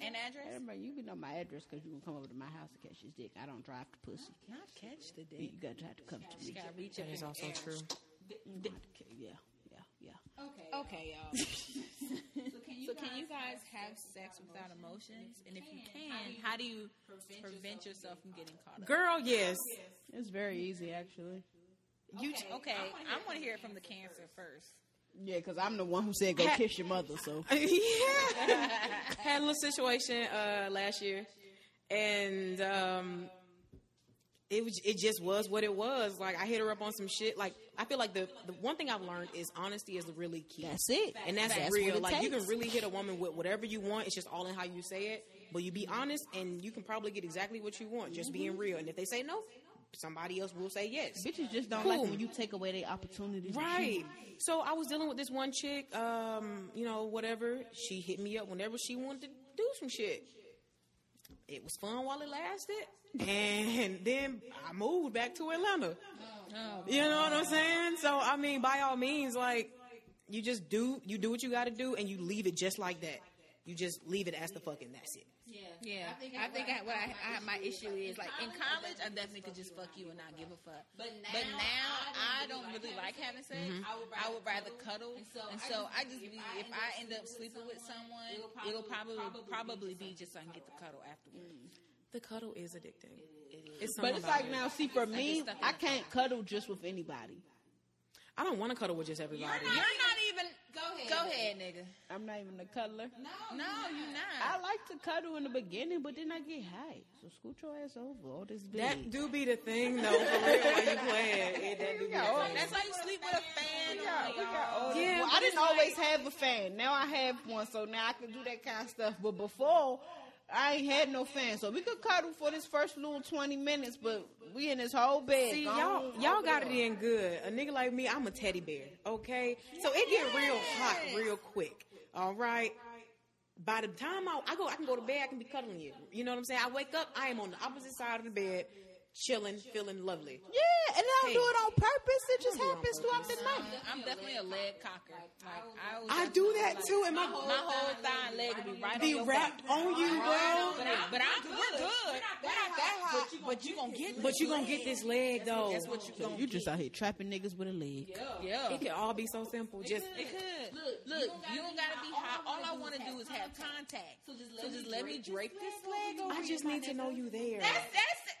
S1: And address?
S2: Everybody, you can know my address because you can come over to my house and catch his dick. I don't drive to pussy.
S1: Not catch the
S2: You
S1: dick.
S2: you gotta have to come to me.
S1: Gotta reach up
S3: That
S1: in
S3: is
S1: the
S3: also
S1: air.
S3: true.
S2: Yeah, yeah, yeah.
S1: Okay, y'all. so, can you, guys have sex without emotions? And if you can, how do you prevent yourself from getting caught up?
S3: Girl, yes.
S2: It's very easy actually.
S1: You okay, I want to hear it from the cancer first.
S2: Yeah, because I'm the one who said go kiss your mother. So
S3: yeah. Had a little situation uh, last year, and um, it was it just was what it was. Like I hit her up on some shit. Like I feel like the the one thing I've learned is honesty is really key.
S2: that's it.
S3: and that's,
S2: That's what
S3: real.
S2: it
S3: Like you
S2: takes.
S3: can really hit a woman with whatever you want. It's just all in how you say it. But you be honest, and you can probably get exactly what you want, just being real. And if they say no, somebody else will say yes.
S2: Bitches just don't like
S3: Cool.
S2: when you take away their opportunities. to
S3: Right.
S2: choose.
S3: So I was dealing with this one chick, um, you know, whatever. She hit me up whenever she wanted to do some shit. It was fun while it lasted. And then I moved back to Atlanta. You know what I'm saying? So I mean, by all means, like you just do you do what you gotta do and you leave it just like that. You just leave it as the fucking that's it.
S1: Yeah, I think I, what I, I my issue is like in college, I definitely could just fuck you and not give a fuck. But now, I don't really like having sex. I, would rather cuddle, and so, I just be, if I end up sleeping with someone, it'll probably probably, be just so I can get the cuddle afterwards.
S3: The cuddle is addicting. It's
S2: But
S3: something
S2: it's
S3: about
S2: like
S3: it.
S2: now, see, for me,
S1: stuck in
S2: I
S1: the
S2: can't cuddle just with anybody.
S3: I don't want to cuddle with just everybody.
S1: You're not even go ahead, go ahead, nigga.
S2: I'm not even a cuddler.
S1: No, you're
S2: I
S1: not.
S2: like to cuddle in the beginning, but then I get high. So scoot your ass over all this big.
S3: That do be the thing though, for real. While you playing, it, that do be the
S2: got
S3: thing.
S2: old.
S1: That's why you sleep with a fan. on, y'all.
S3: Yeah,
S2: well, Oh,
S3: but
S2: I didn't
S3: it's like-
S2: always have a fan. Now I have one, so now I can do that kind of stuff. But before, I ain't had no fan, so we could cuddle for this first little twenty minutes. But we in this whole bed.
S3: See,
S2: gone
S3: y'all,
S2: over
S3: y'all got it
S2: there.
S3: in good. A nigga like me, I'm a teddy bear. Okay, so it get real hot real quick. All right. By the time I, I go, I can go to bed. I can be cuddling you. You know what I'm saying? I wake up, I am on the opposite side of the bed, chilling, feeling lovely.
S2: Yeah, and I don't do
S3: Hey.
S2: it on purpose. It just
S3: do it on
S2: happens throughout the night.
S1: I'm definitely a leg cocker. Like I, will
S3: I do that too, and my
S1: My whole thigh and leg would be right on
S3: be
S1: your back.
S3: wrapped on you, bro.
S1: But, I, but I'm we're good. We're not that hot. But you gonna get.
S3: But you gonna get this leg though.
S1: That's what you gonna.
S2: You just out here trapping niggas with a leg.
S1: Yeah.
S3: It could all be so simple. Just
S1: It could. Look, you don't gotta be hot. All I want to do is have contact. So just let, me drape this leg. over
S3: I just need to know you there.
S1: That's that's. it.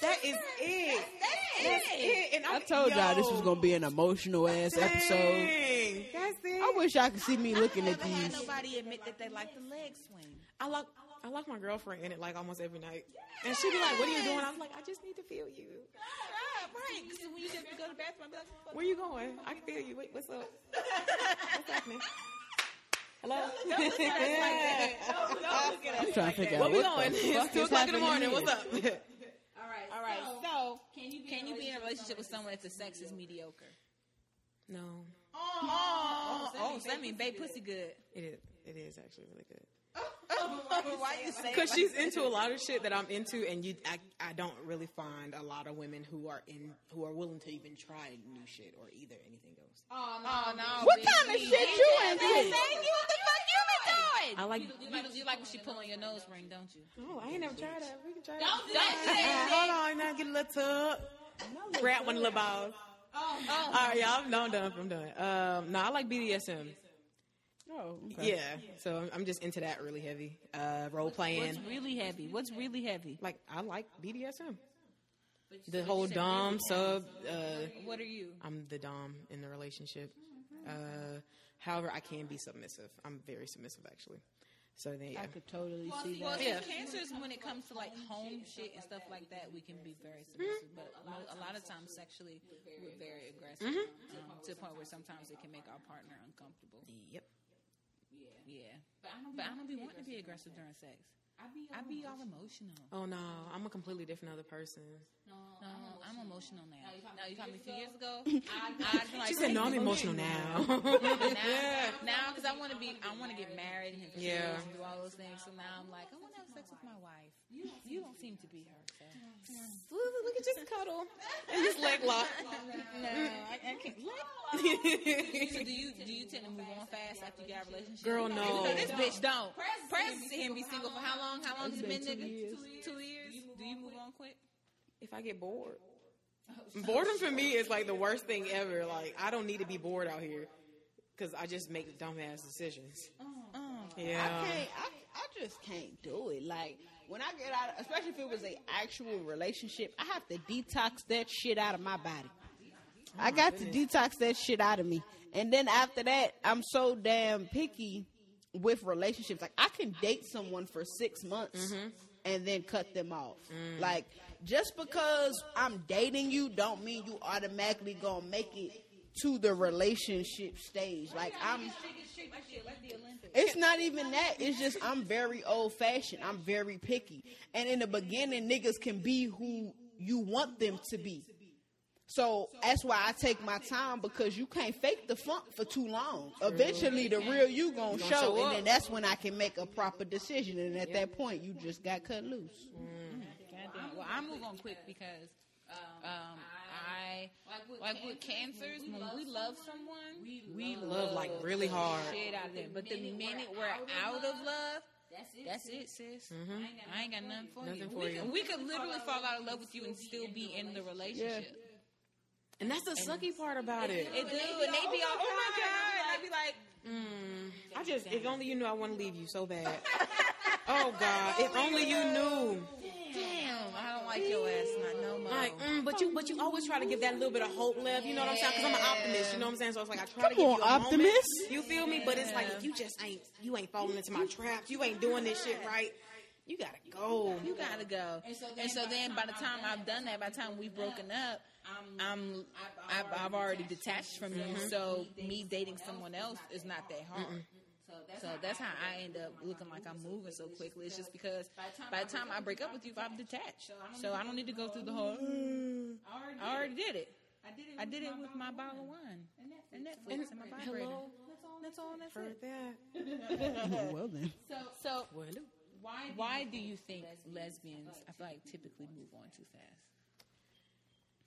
S3: That is it.
S1: That's
S3: That's
S1: it.
S3: it. And I'm,
S2: I told y'all this was
S3: yo.
S2: gonna be an emotional ass episode.
S3: Dang, That's it.
S2: I wish I could see me looking
S1: I
S2: at
S1: haven't had
S2: these.
S1: nobody admit that they like the leg swing.
S3: I lock I lock my girlfriend in it like almost every night, and she'd be like, "What are you doing?" I'm like, "I just need to feel you.
S1: Yeah, right. Because when you just go to the bathroom, I'm like,
S3: Where you going? I can feel you. Wait, what's up? What's happening? Hello.
S2: I'm trying to figure
S3: Where
S2: out
S3: we
S2: what
S3: going?
S2: the fuck
S3: It's two
S2: is
S3: o'clock in the
S2: happening here.
S3: morning. What's up?
S1: all right. So, can you be can you be in a relationship with someone that's a sex is mediocre?
S3: No,
S1: Oh, oh, so that mean babe pussy good.
S3: it is. It is actually really good.
S1: Why you say?
S3: Because she's into a lot of shit that I'm into, and you, I, I don't really find a lot of women who are in who are willing to even try new shit or either anything else.
S1: Oh no!
S2: What kind of shit you into?
S1: what the fuck you been doing?
S3: I like.
S1: You, like- you like when she pull on your nose ring, don't you?
S3: Oh, I ain't never tried that. We can try
S1: Don't
S3: that.
S1: do that
S3: Hold on, now get a little tub. Oh, Grab one little balls. All right, y'all. I'm- No, I'm done. I'm done. Um, no, I like BDSM.
S2: Oh, okay.
S3: Yeah, so I'm- I'm just into that really heavy. Uh, role playing.
S1: What's really heavy? What's really heavy?
S3: Like I like BDSM. The whole dom sub. Uh,
S1: What are you?
S3: I'm the dom in the relationship. Uh, however, I can be submissive. I'm very submissive actually. So then,
S2: I
S3: yeah.
S2: could totally see
S1: Well,
S2: that.
S1: see, cancers when it comes to like home shit and stuff like that, we can be very submissive, but mo- a lot of times sexually we're very aggressive um, to the point where sometimes it can make our partner uncomfortable.
S3: Yep.
S1: Yeah, but I don't be wanting to be aggressive during sex. I be all emotional.
S3: Oh no, I'm a completely different other person.
S1: No, Uh-huh. I'm emotional now. Now you caught me a few years ago. I, I like,
S3: She said, "No, I'm emotional now." yeah.
S1: now because I want to be, I want to get married and have kids
S3: Yeah.
S1: and do all those things. So now I'm like, I want to have sex with my wife. You, you don't seem to be her. So.
S3: We could just cuddle and just leg lock.
S1: No, I, I can't. So do you do you tend to move on fast after you got a relationship?
S3: Girl, no.
S1: So this bitch don't. Press and be single for how long? How long has it been, nigga? Two years. Do you move on quick?
S3: if I get bored, boredom for me is like the worst thing ever. Like I don't need to be bored out here because I just make dumbass decisions.
S2: I
S1: Oh.
S3: Yeah.
S2: can't. I, I just can't do it. Like when I get out, especially if it was an actual relationship, I have to detox that shit out of my body. I got to detox that shit out of me. And then after that, I'm so damn picky with relationships. Like I can date someone for six months and then cut them off. Like just because I'm dating you don't mean you automatically gonna make it to the relationship stage. Like I'm it's not even that. It's just I'm very old fashioned. I'm very picky. And in the beginning, niggas can be who you want them to be. So that's why I take my time because you can't fake the funk for too long. Eventually, the real you gonna show, and then that's when I can make a proper decision. And at that point, you just got cut loose.
S1: I'm- well, I move on quick because um, I like with cancers when we love someone, we
S3: love, like, really
S1: the
S3: hard.
S1: shit out of them. But the minute we're out of love. That's it, sis. I ain't got nothing for you.
S3: Mm-hmm. Nothing for
S1: we,
S3: you.
S1: Could, we could literally fall out of love with you and still be in the relationship.
S3: And that's the sucky part about it.
S1: It do, and they be all, oh my god, and they be like,
S3: I just, if only you knew I want to leave you so bad. oh God, if only you knew.
S1: damn, I don't like your ass, not no more.
S3: Like, mm, but you, but you always try to give that little bit of hope left. You know what I'm saying? Because I'm an optimist. You know what I'm saying? So it's like I
S2: Come
S3: try to give you
S2: on,
S3: a moment,
S2: optimist.
S3: You feel me? But it's like if you just ain't, you ain't falling into my traps. You ain't doing this shit right. You gotta go.
S1: You gotta go. And so then, by, the time I've done that, by the time we've broken up, I'm I've, I've, already detached from you. So me dating someone else is not that hard. So that's how I end up looking like I'm moving so quickly. It's just because by the time I break up with you, I'm detached. So I don't need to go through the whole. I already did it. I did it with my bottle of wine and Netflix and my vibrator. That's all. That's it.
S3: Heard that?
S2: well then,
S1: So
S3: Well,
S1: why why do you think lesbians I feel like typically move on too fast?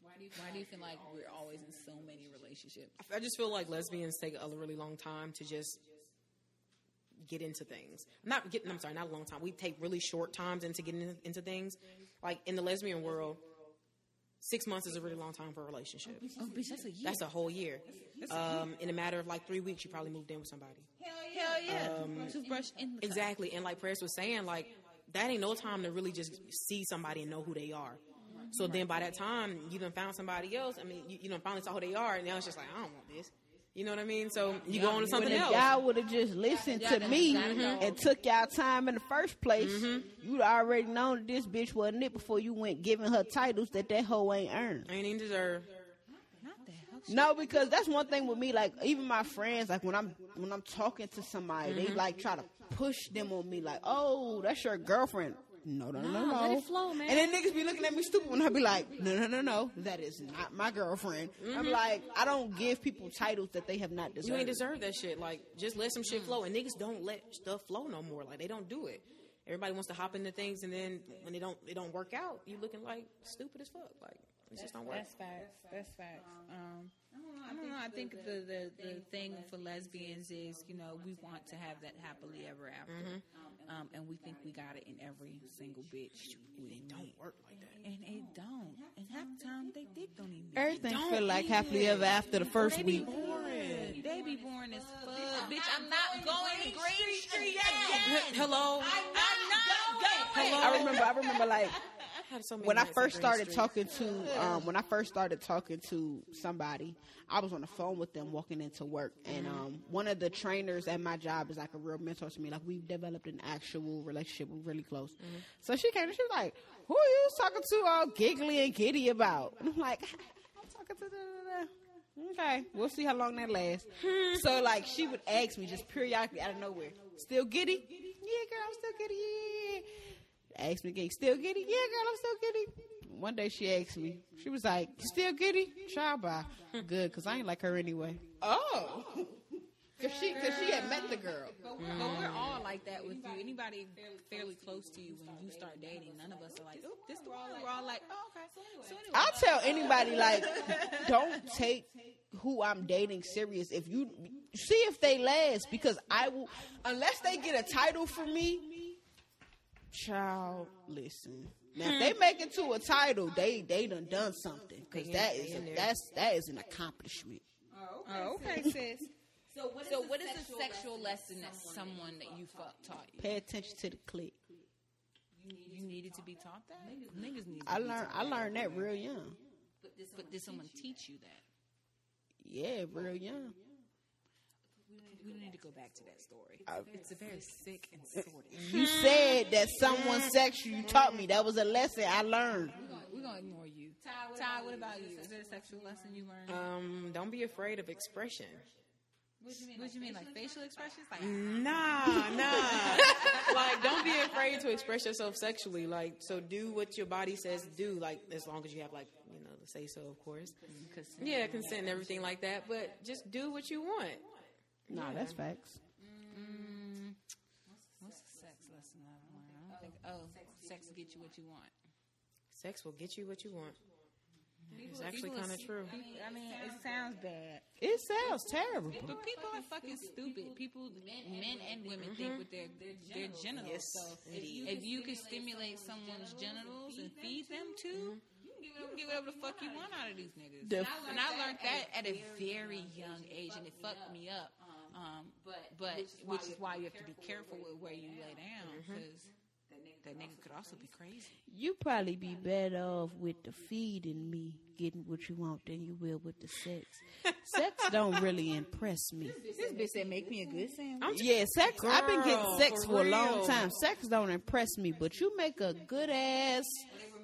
S1: Why do you feel like we're always in so many relationships?
S3: I just feel like lesbians take a really long time to just get into things. Not get. I'm sorry, not a long time. We take really short times into getting in- into things. Like in the lesbian world, six months is a really long time for a relationship.
S1: Oh, bitch, that's a year.
S3: That's a whole year. Um, in a matter of like three weeks, you probably moved in with somebody.
S1: Hell yeah. Toothbrush in the cup.
S3: Exactly. And like Paris was saying, like that ain't no time to really just see somebody and know who they are. So then by that time, you done found somebody else. I mean, you, you done finally saw who they are, and now it's just like, I don't want this. You know what I mean? So you go on to
S2: but
S3: something
S2: if
S3: else.
S2: y'all would have just listened to me and took y'all time in the first place, you'd already known that this bitch wasn't it before you went giving her titles that that hoe ain't earned.
S3: I ain't even deserve.
S1: Not the hell.
S2: No, because that's one thing with me. Like even my friends, like when I'm when I'm talking to somebody,
S1: Mm-hmm.
S2: they like try to push them on me. Like, oh, that's your girlfriend. No, no, no, no.
S1: let it flow, man.
S2: And then niggas be looking at me stupid when I be like, no, no, no, no, that is not my girlfriend. I'm
S1: Mm-hmm.
S2: like, I don't give people titles that they have not deserved.
S3: You ain't deserve that shit. Like, just let some
S2: Mm.
S3: shit flow. And niggas don't let stuff flow no more. Like, they don't do it. Everybody wants to hop into things, and then when they don't, it don't work out. You looking like stupid as fuck. Like, it just don't work.
S1: That's facts. That's facts. Um, I don't know. I think the, the, the thing for lesbians is, you know, we want to have that happily ever after. Um, and we think we got it in every single bitch. It don't work like that. And it don't. And half the time, they dick don't even.
S2: Everything
S3: Don't
S2: feel like happily ever after the first
S1: They be
S2: week.
S1: boring. They be boring as fuck. Bitch, I'm not going to Green Street again.
S3: Hello.
S1: I'm not going.
S2: I remember, I remember, like
S3: I had so many
S2: when I
S3: nights on
S2: first
S3: Green
S2: started
S3: Street.
S2: talking to um, when I first started talking to somebody, I was on the phone with them walking into work, and um, one of the trainers at my job is like a real mentor to me. Like we've developed an actual relationship, we're really close. So she came and she was like, "Who are you talking to? All giggly and giddy about?" And I'm like, "I'm talking to." Da, da, da. Okay, we'll see how long that lasts. so like she would ask me just periodically out of nowhere, still giddy? Yeah, girl, I'm still giddy. Yeah, yeah, yeah. Asked me again, still giddy? Yeah, girl, I'm still giddy. One day she asked me, she was like, "You still giddy? Child by. Good, cause I ain't like her anyway. Oh. Cause she, cause she had met the girl.
S1: But we're all like that with you. Anybody fairly close to you when you start dating, none of us are like, oh, this the one. We're all like, oh, okay. So anyway,
S2: I'll tell anybody like, don't take who I'm dating serious. If you see if they last, because I will, unless they get a title for me. Child, listen. Now if they make it to a title, they they done done something because that is a, that's that is an accomplishment.
S1: oh, okay, sis. So what is, so what is a sexual lesson that someone that you fuck taught you?
S2: Pay attention to the click.
S1: You needed to be taught that? Niggas need to
S2: I
S1: be
S2: learned
S1: taught
S2: I
S1: that.
S2: learned that real young.
S1: But did someone teach you that?
S2: Yeah, real young.
S1: We need to go back to that story.
S2: I-
S1: It's a very sick and sordid.
S2: You said that someone sexual. You taught me that was a lesson I learned.
S1: We're gonna, we're gonna ignore you. Ty, what, Ty, about, what about you? Is there a sexual lesson you learned?
S3: Um, don't be afraid of expression.
S1: what do you mean, like, facial expressions? Like,
S3: Nah, nah. like, don't be afraid to express yourself sexually. Like, so do what your body says to do. Like, as long as you have like, you know, the say so, of course.
S1: mm.
S3: Yeah, consent and everything like that. But just do what you want.
S2: Nah, that's facts.
S1: Mm. what's the sex lesson I've learned? I don't think, oh, sex will get you what you want.
S3: Sex will get you what you want. It's actually kind of true.
S1: I mean, it sounds bad.
S2: It sounds terrible.
S1: But people are fucking stupid. People, men and women, think with their their, their genitals. so if you can stimulate someone's genitals and feed them too, you can get whatever the fuck you want out of these niggas.
S2: The-
S1: and, I learned, that at a very young age, and it fucked me up. Um, but which is why you have to be careful with where you lay down because that nigga could also be crazy.
S2: You probably be better off with the feeding me, getting what you want, than you will with the sex. sex don't really impress me.
S1: This bitch said, "Make me a good sandwich."
S2: Yeah, sex. I've been getting
S3: Girl,
S2: sex
S3: for
S2: for a long
S3: real.
S2: time. Sex don't impress me, but you make a good ass.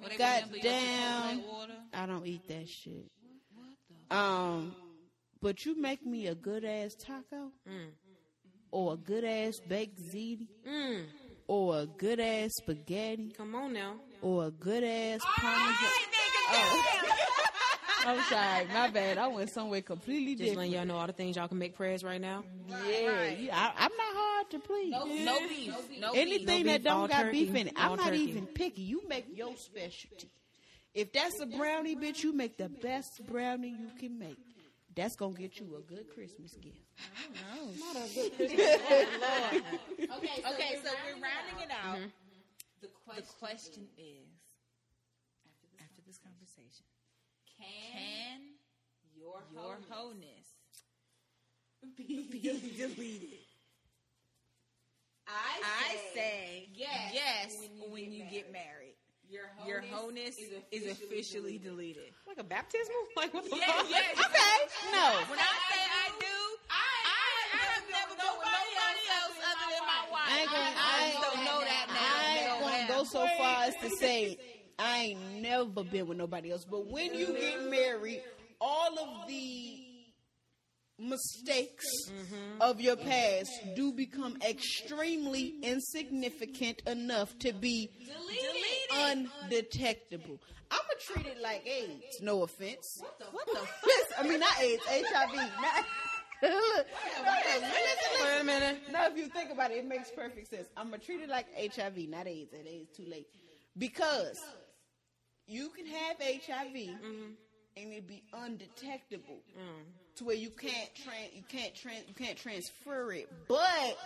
S1: Well, they remember your
S2: Goddamn.
S1: Chipotle order.
S2: I don't eat that shit. Um, but you make me a good ass taco, or a good ass baked ziti,
S3: Mm,
S2: or a good ass spaghetti,
S3: come on now.
S2: or a good ass
S3: Ah!
S2: parmesan. Oh. I'm sorry, my bad. I went somewhere completely
S3: Just
S2: different.
S3: letting y'all know all the things y'all can make prayers right now.
S2: yeah, you- I, I'm not hard to please.
S1: No, no beef. No beef.
S2: Anything
S3: No
S2: that
S3: beef,
S2: don't
S3: all
S2: got
S3: turkey,
S2: beef in it,
S3: all
S2: I'm not
S3: turkey.
S2: even picky. You make your specialty. If that's a brownie, bitch, you make the best brownie you can make. That's gonna get you a good Christmas gift.
S1: Okay, so, we're rounding it out. The, question is after this conversation, can, your, wholeness be, deleted? I say, yes, when you, get, married. Your wholeness, is, officially deleted.
S3: Like a baptismal? Like what the
S1: Yeah,
S3: fuck?
S1: yes.
S2: Okay, no.
S1: When I say I do, I, I have never been with nobody else other than my wife.
S2: I ain't gonna, I ain't,
S1: don't know that now.
S2: I ain't
S1: They don't
S2: gonna go so far as to say I ain't never been with nobody else. But when you get married, all of the mistakes
S1: Mm-hmm.
S2: of your past do become extremely insignificant enough to be undetectable. I'ma treat it like AIDS. No offense. What the fuck? I mean, not AIDS, HIV. Not, look, no, listen, listen,
S3: Wait a minute.
S2: now, if you think about it, it makes perfect sense. I'm gonna treat it like HIV, not AIDS. At AIDS, too late because you can have HIV
S3: Mm-hmm.
S2: and it be undetectable
S3: Mm.
S2: to where you can't tran- you can't tran- you can't transfer it, but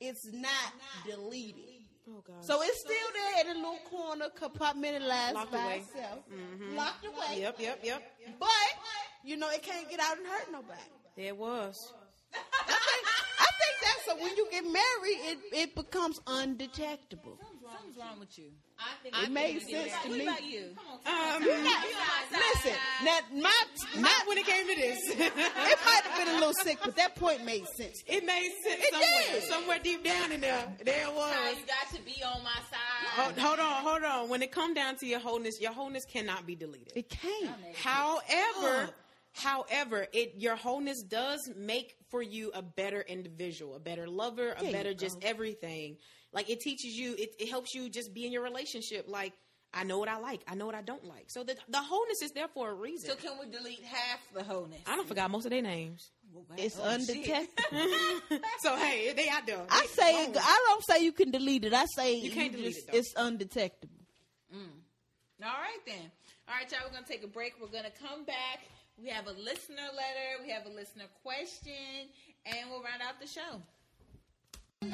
S2: it's not deleted.
S3: Oh god.
S2: So it's still there in a little corner, compartmentalized
S3: Locked
S2: by
S3: away. Mm-hmm.
S2: itself, locked away.
S3: Yep, yep, yep.
S2: But you know it can't get out and hurt nobody.
S3: There was.
S2: I think, I think that's so when you get married, it, it becomes undetectable.
S1: Something's wrong with you.
S2: It made sense to me.
S1: about you?
S3: Um,
S2: Listen, now my, my
S3: not when it came to this.
S2: it might have been a little sick, but that point made sense.
S3: it made sense
S2: It
S3: somewhere.
S2: did.
S3: Somewhere deep down in there. There it was.
S1: you got to be on my side.
S3: Hold, hold on, hold on. When it come down to your wholeness, your wholeness cannot be deleted.
S2: It came.
S3: However,
S2: Uh-huh.
S3: however, it your wholeness does make for you a better individual, a better lover,
S2: There
S3: a
S2: you
S3: better just
S2: go.
S3: everything. Like it teaches you, it, it helps you just be in your relationship. Like I know what I like, I know what I don't like. So the the wholeness is there for a reason.
S1: So can we delete half the wholeness?
S3: I don't forgot most of their names.
S2: It's
S1: Oh, shit.
S2: undetectable.
S3: so hey, they out there.
S2: I say it, I don't say you can delete it. I say you
S3: can't delete
S2: just-
S3: it, though.
S2: it's undetectable.
S1: All right then. All right, y'all. We're gonna take a break. We're gonna come back. We have a listener letter. We have a listener question, and we'll round out the show.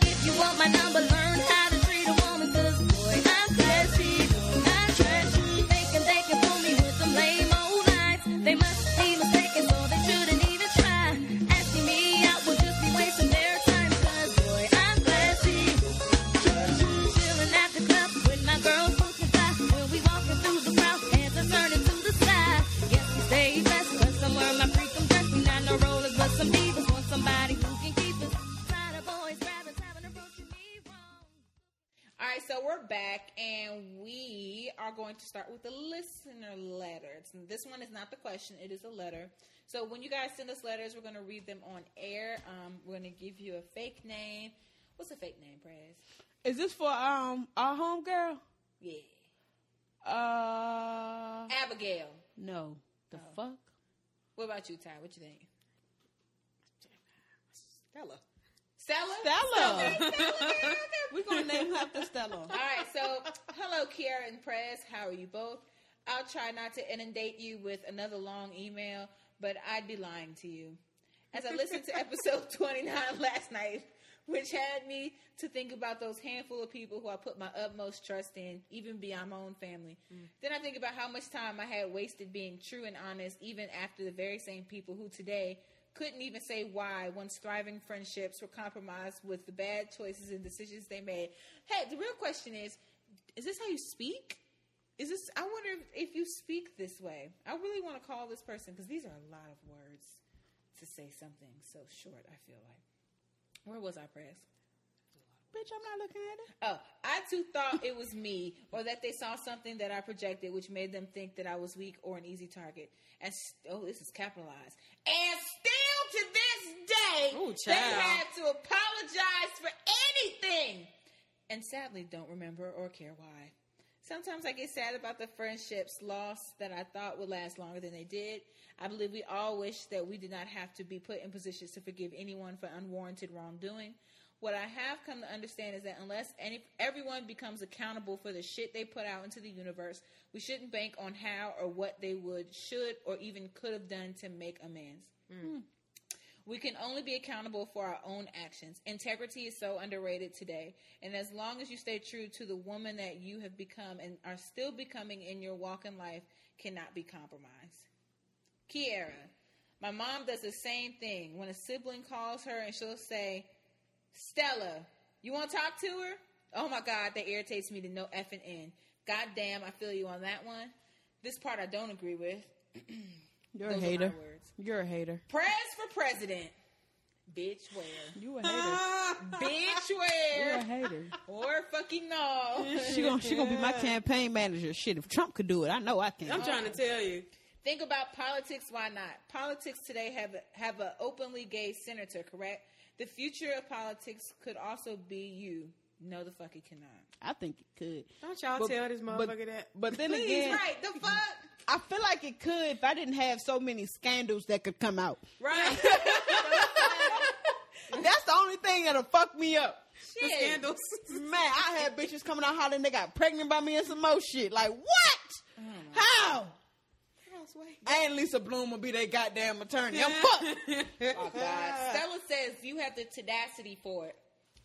S5: If you want my number, learn how to treat a woman, cause boy, I'm classy, I'm trashy. They can, they can fool me with some lame old lies. They must be mistaken, so they shouldn't even try. Asking me out would just be wasting their time, cause boy, I'm classy, trashy. Chilling at the club with my girls funky fly. When we walking through the crowd, hands are turning to the side. Yes, we stay fast, but somewhere my freakum dress, we
S1: we're back, and we are going to start with the listener letter. It's- This one is not the question; it is a letter. So when you guys send us letters, we're going to read them on air. Um, we're going to give you a fake name. What's a fake name, Prez?
S2: Is this for um our home girl?
S1: Yeah,
S2: Uh,
S1: Abigail.
S2: no. The fuck?
S1: What about you, Ty? What you think? Stella. Stella.
S2: Stella.
S1: We're
S2: We're gonna name her after Stella.
S1: All right, so hello, Kiara and Prez. How are you both? I'll try not to inundate you with another long email, but I'd be lying to you. As I listened to episode 29 last night, which had me to think about those handful of people who I put my utmost trust in, even beyond my own family. Then I think about how much time I had wasted being true and honest, even after the very same people who today couldn't even say why once thriving friendships were compromised with the bad choices and decisions they made. Hey, the real question is is this how you speak? Is this, I wonder if, if you speak this way. I really want to call this person because these are a lot of words to say something so short, I feel like. Where was I, Press?
S2: Bitch, I'm not looking at it.
S1: Oh, I too thought it was me, or that they saw something that I projected, which made them think that I was weak or an easy target. And s oh, this is capitalized. And still to this day,
S3: Ooh,
S1: they
S3: child.
S1: had to apologize for anything, and sadly don't remember or care why. Sometimes I get sad about the friendships lost that I thought would last longer than they did. I believe we all wish that we did not have to be put in positions to forgive anyone for unwarranted wrongdoing. What I have come to understand is that unless any, everyone becomes accountable for the shit they put out into the universe, we shouldn't bank on how or what they would, should, or even could have done to make amends. We can only be accountable for our own actions. Integrity is so underrated today. And as long as you stay true to the woman that you have become and are still becoming in your walk in life, cannot be compromised. Kiara, my mom does the same thing. When a sibling calls her and she'll say, Stella, you want to talk to her? Oh my God, that irritates me to no effing end. God damn, I feel you on that one. This part I don't agree with.
S2: You're
S1: Those are
S2: a
S1: my
S2: hater.
S1: words.
S2: You're a hater.
S1: Prez for president. Bitch, where?
S2: You a hater.
S1: bitch
S2: You're
S1: where
S2: a hater.
S1: or fucking no.
S2: She gonna she gonna be my campaign manager. Shit, if Trump could do it, I know I can.
S3: I'm trying to tell you.
S1: Think about politics. Why not? Politics today have have an openly gay senator, correct? The future of politics could also be you. No, the fuck it cannot.
S2: I think it could.
S3: Don't y'all
S2: But-
S3: tell this motherfucker
S2: but-
S3: that.
S2: But then
S1: Please,
S2: again,
S1: right? The fuck,
S2: I feel like it could if I didn't have so many scandals that could come out.
S1: right?
S2: That's the only thing that'll fuck me up.
S3: The
S1: Shit.
S3: scandals.
S2: Man, I had bitches coming out hollering they got pregnant by me and some more shit. Like
S3: Oh,
S2: what? How? And Lisa Bloom will be their goddamn attorney. I'm fucked.
S1: Oh God. Stella says you have the tenacity for it.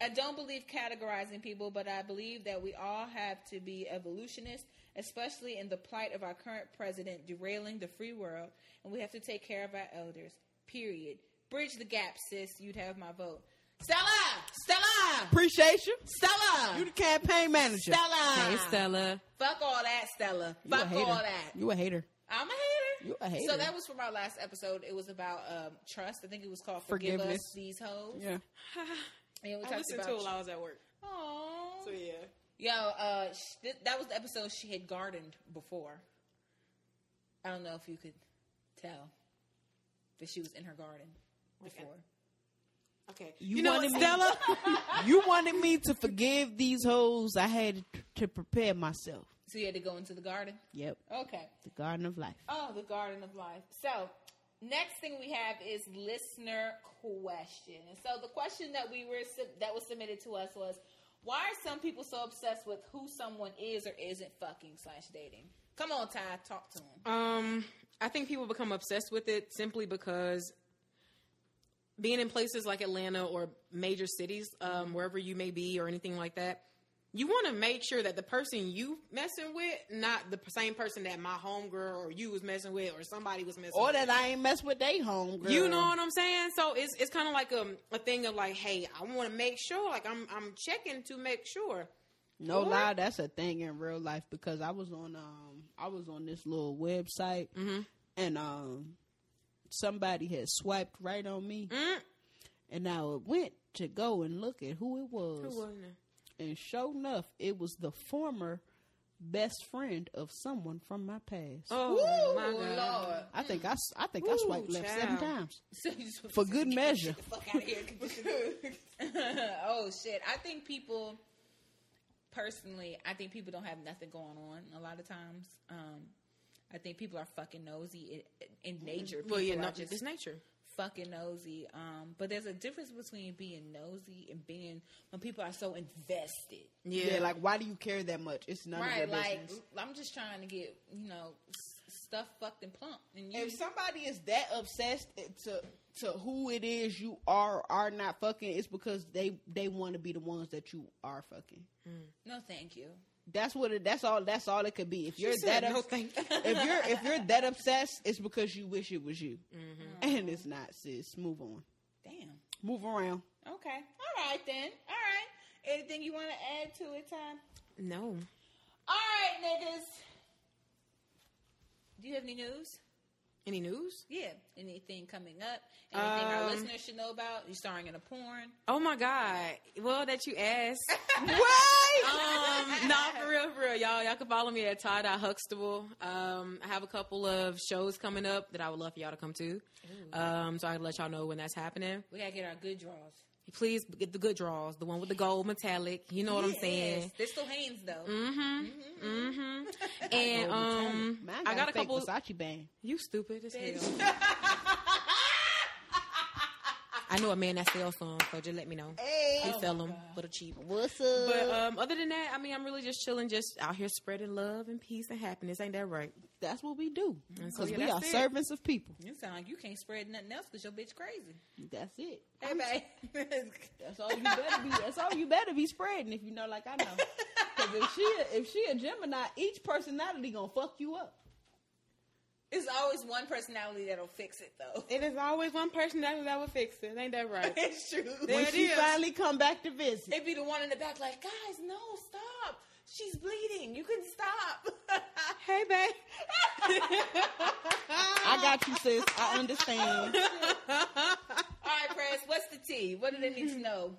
S1: I don't believe categorizing people, but I believe that we all have to be evolutionists, especially in the plight of our current president derailing the free world, and we have to take care of our elders. Period. Bridge the gap, sis. You'd have my vote. Stella! Stella!
S2: Appreciate you.
S1: Stella!
S2: You the campaign manager.
S1: Stella!
S3: Stella.
S1: Fuck all that, Stella.
S2: You a
S1: Fuck
S2: hater.
S1: all that.
S2: You a hater.
S1: I'm a hater.
S2: You a hater.
S1: So that was from our last episode. It was about um, trust. I think it was called Forgive Us
S2: Forgiveness.
S1: These Hoes.
S2: Yeah.
S1: And we
S3: I
S1: talked
S3: listened to it
S1: about
S3: while I was at work.
S1: Aw.
S3: So yeah.
S1: Yo, uh, sh- th- that was the episode she had gardened before. I don't know if you could tell, but she was in her garden before.
S3: Okay.
S2: You,
S3: know
S2: wanted
S3: what,
S2: me,
S3: Stella?
S2: you wanted me to forgive these hoes. I had to prepare myself.
S1: So you had to go into the garden.
S2: Yep.
S1: Okay.
S2: The garden of life.
S1: Oh, the garden of life. So next thing we have is listener question. And so the question that we were sub- that was submitted to us was, why are some people so obsessed with who someone is or isn't fucking slash dating? Come on, Ty, talk to him.
S3: Um, I think people become obsessed with it simply because being in places like Atlanta or major cities, um, wherever you may be or anything like that, you want to make sure that the person you messing with, not the p- same person that my homegirl or you was messing with or somebody was messing
S2: Or
S3: with.
S2: that I ain't mess with they home girl.
S3: You know what I'm saying? So it's it's kind of like a, a thing of like, hey, I want to make sure, like I'm I'm checking to make sure.
S2: No
S3: Or-
S2: lie, that's a thing in real life because I was on um I was on this little website
S3: Mm-hmm.
S2: and um somebody had swiped right on me
S3: Mm.
S2: and now it went to go and look at who it was.
S3: Who wasn't it?
S2: And sure enough, it was the former best friend of someone from my past.
S3: Oh
S1: Ooh,
S3: my God.
S1: Lord.
S2: I think I, s- I think I
S3: Ooh,
S2: swiped left seven
S3: child.
S2: times
S1: So you just
S2: for good measure.
S1: fuck out of here. oh shit! I think people, personally, I think people don't have nothing going on a lot of times. Um, I think people are fucking nosy in, in nature. People
S3: Well, yeah,
S1: are
S3: no,
S1: just
S3: it's nature.
S1: fucking nosy. Um, but there's a difference between being nosy and being when people are so invested.
S2: Yeah. like why do you care that much? It's none
S1: Right,
S2: of your
S1: like
S2: business.
S1: I'm just trying to get you know s- stuff fucked and plump, and you
S2: If somebody is that obsessed eh, to to who it is you are or are not fucking, it's because they they want to be the ones that you are fucking.
S1: no thank you.
S2: That's what it. That's all. That's all it could be. If you're
S3: said
S2: that,
S3: no
S2: obs-
S3: thank you.
S2: if you're if you're that obsessed, it's because you wish it was you,
S3: Mm-hmm.
S2: and it's not, sis. Move on.
S1: Damn.
S2: Move around.
S1: Okay. All right then. All right. Anything you want to add to it, time?
S3: No.
S1: All right, niggas. Do you have any news?
S3: Any news?
S1: Yeah. Anything coming up? Anything our
S3: Um,
S1: listeners should know about? You starring in a porn?
S3: Oh my God. Well, that you asked. um, no, for real, for real, y'all. Y'all can follow me at Todd I Huxtable. Um, I have a couple of shows coming up that I would love for y'all to come to. Um, so I can let y'all know when that's happening.
S1: We gotta get our good draws.
S3: Please get the good draws, the one with the gold metallic. You know what I'm saying?
S1: They're still Hanes though.
S3: Mm-hmm. Mm-hmm. and um,
S2: Mine
S3: I got a
S2: fake
S3: couple.
S2: Versace band.
S3: You stupid as hell. I know a man that sells some, so just let me know. He
S1: oh
S3: sell them little cheap.
S2: What's up?
S3: But um, other than that, I mean, I'm really just chilling, just out here spreading love and peace and happiness. Ain't that right?
S2: that's what we do
S3: And so,
S2: because
S3: Oh, yeah,
S2: we are
S3: that's it.
S2: servants of people.
S1: You sound like you can't spread nothing else because your bitch crazy.
S2: That's it.
S1: Hey, babe.
S2: That's all you better be. That's all you better be spreading if you know, like I know. Because if she a- if she a Gemini, each personality gonna fuck you up.
S1: It's always one personality that'll fix it though.
S3: It is always one person that that will fix it. Ain't that right?
S1: It's true.
S2: When
S3: There it
S2: she
S3: is.
S2: finally come back to visit,
S1: It'd be the one in the back, like, guys, no, stop. She's bleeding. You can stop.
S3: hey, babe.
S2: I got you, sis. I understand.
S1: All right, Press, what's the tea? What do they need to know?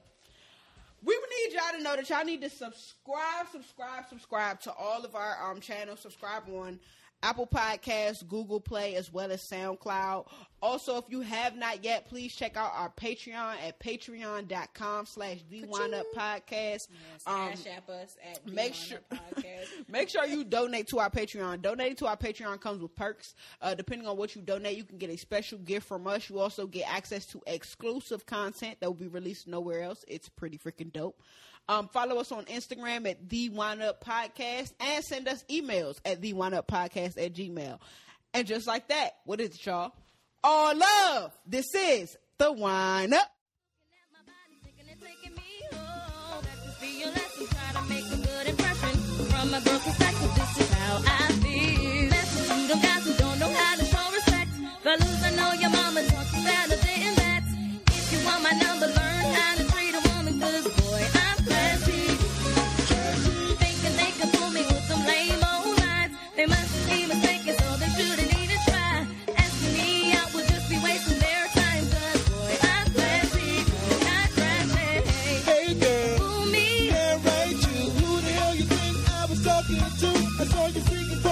S2: We would need y'all to know that y'all need to subscribe, subscribe, subscribe to all of our um channels. Subscribe on Apple Podcasts, Google Play, as well as SoundCloud. Also, if you have not yet, please check out our Patreon at patreon.com slash the wind up podcast. Um,
S1: Cash App us at
S2: make
S1: Beyond
S2: sure-
S1: the podcast.
S2: Make sure you donate to our Patreon. Donating to our Patreon comes with perks. Uh, depending on what you donate, you can get a special gift from us. You also get access to exclusive content that will be released nowhere else. It's pretty freaking dope. Um, follow us on Instagram at the Wind Up Podcast and send us emails at the Wind Up Podcast at Gmail. And just like that, what is it, y'all? All love. This is the Wind Up.
S5: My body's taking and taking me home. Got this feel lesson, try to make a good impression. From a girl's perspective, this is how I feel. Lessons you don't got, you don't know how to show respect. The loser know your mama taught you better than that. If you want my number, learn how to treat a woman, cause boy, I'm classy. Thinking they can fool me with some lame old lies. They must be mistaken, so they shouldn't even try. Asking me out would just be wasting their time, cause boy, I'm classy. I'm classy.
S4: Hey girl,
S5: Fool me.
S4: yeah, right you. Who the hell you think I was talking to? I saw you freaking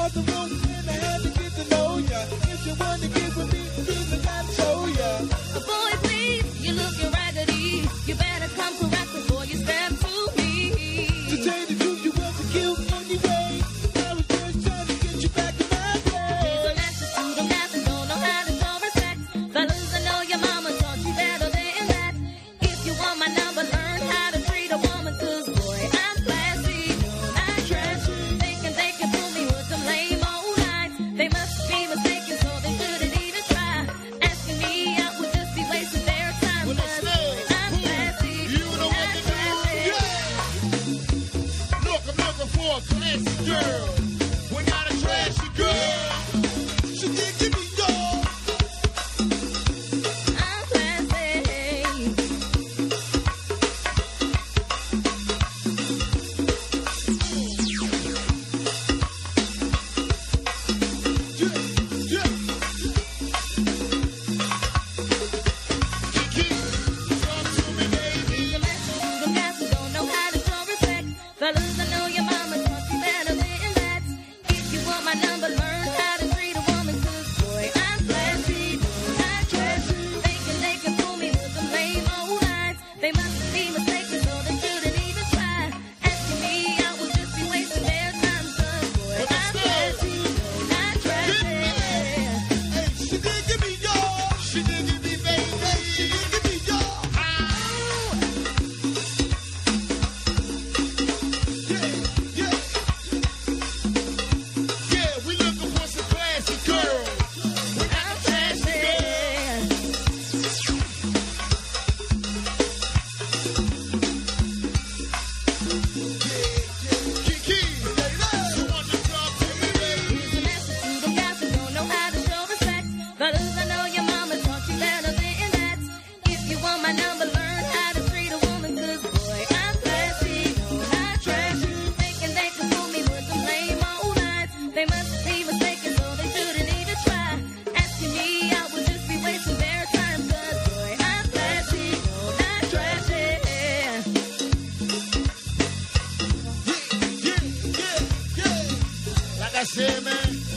S4: said, man.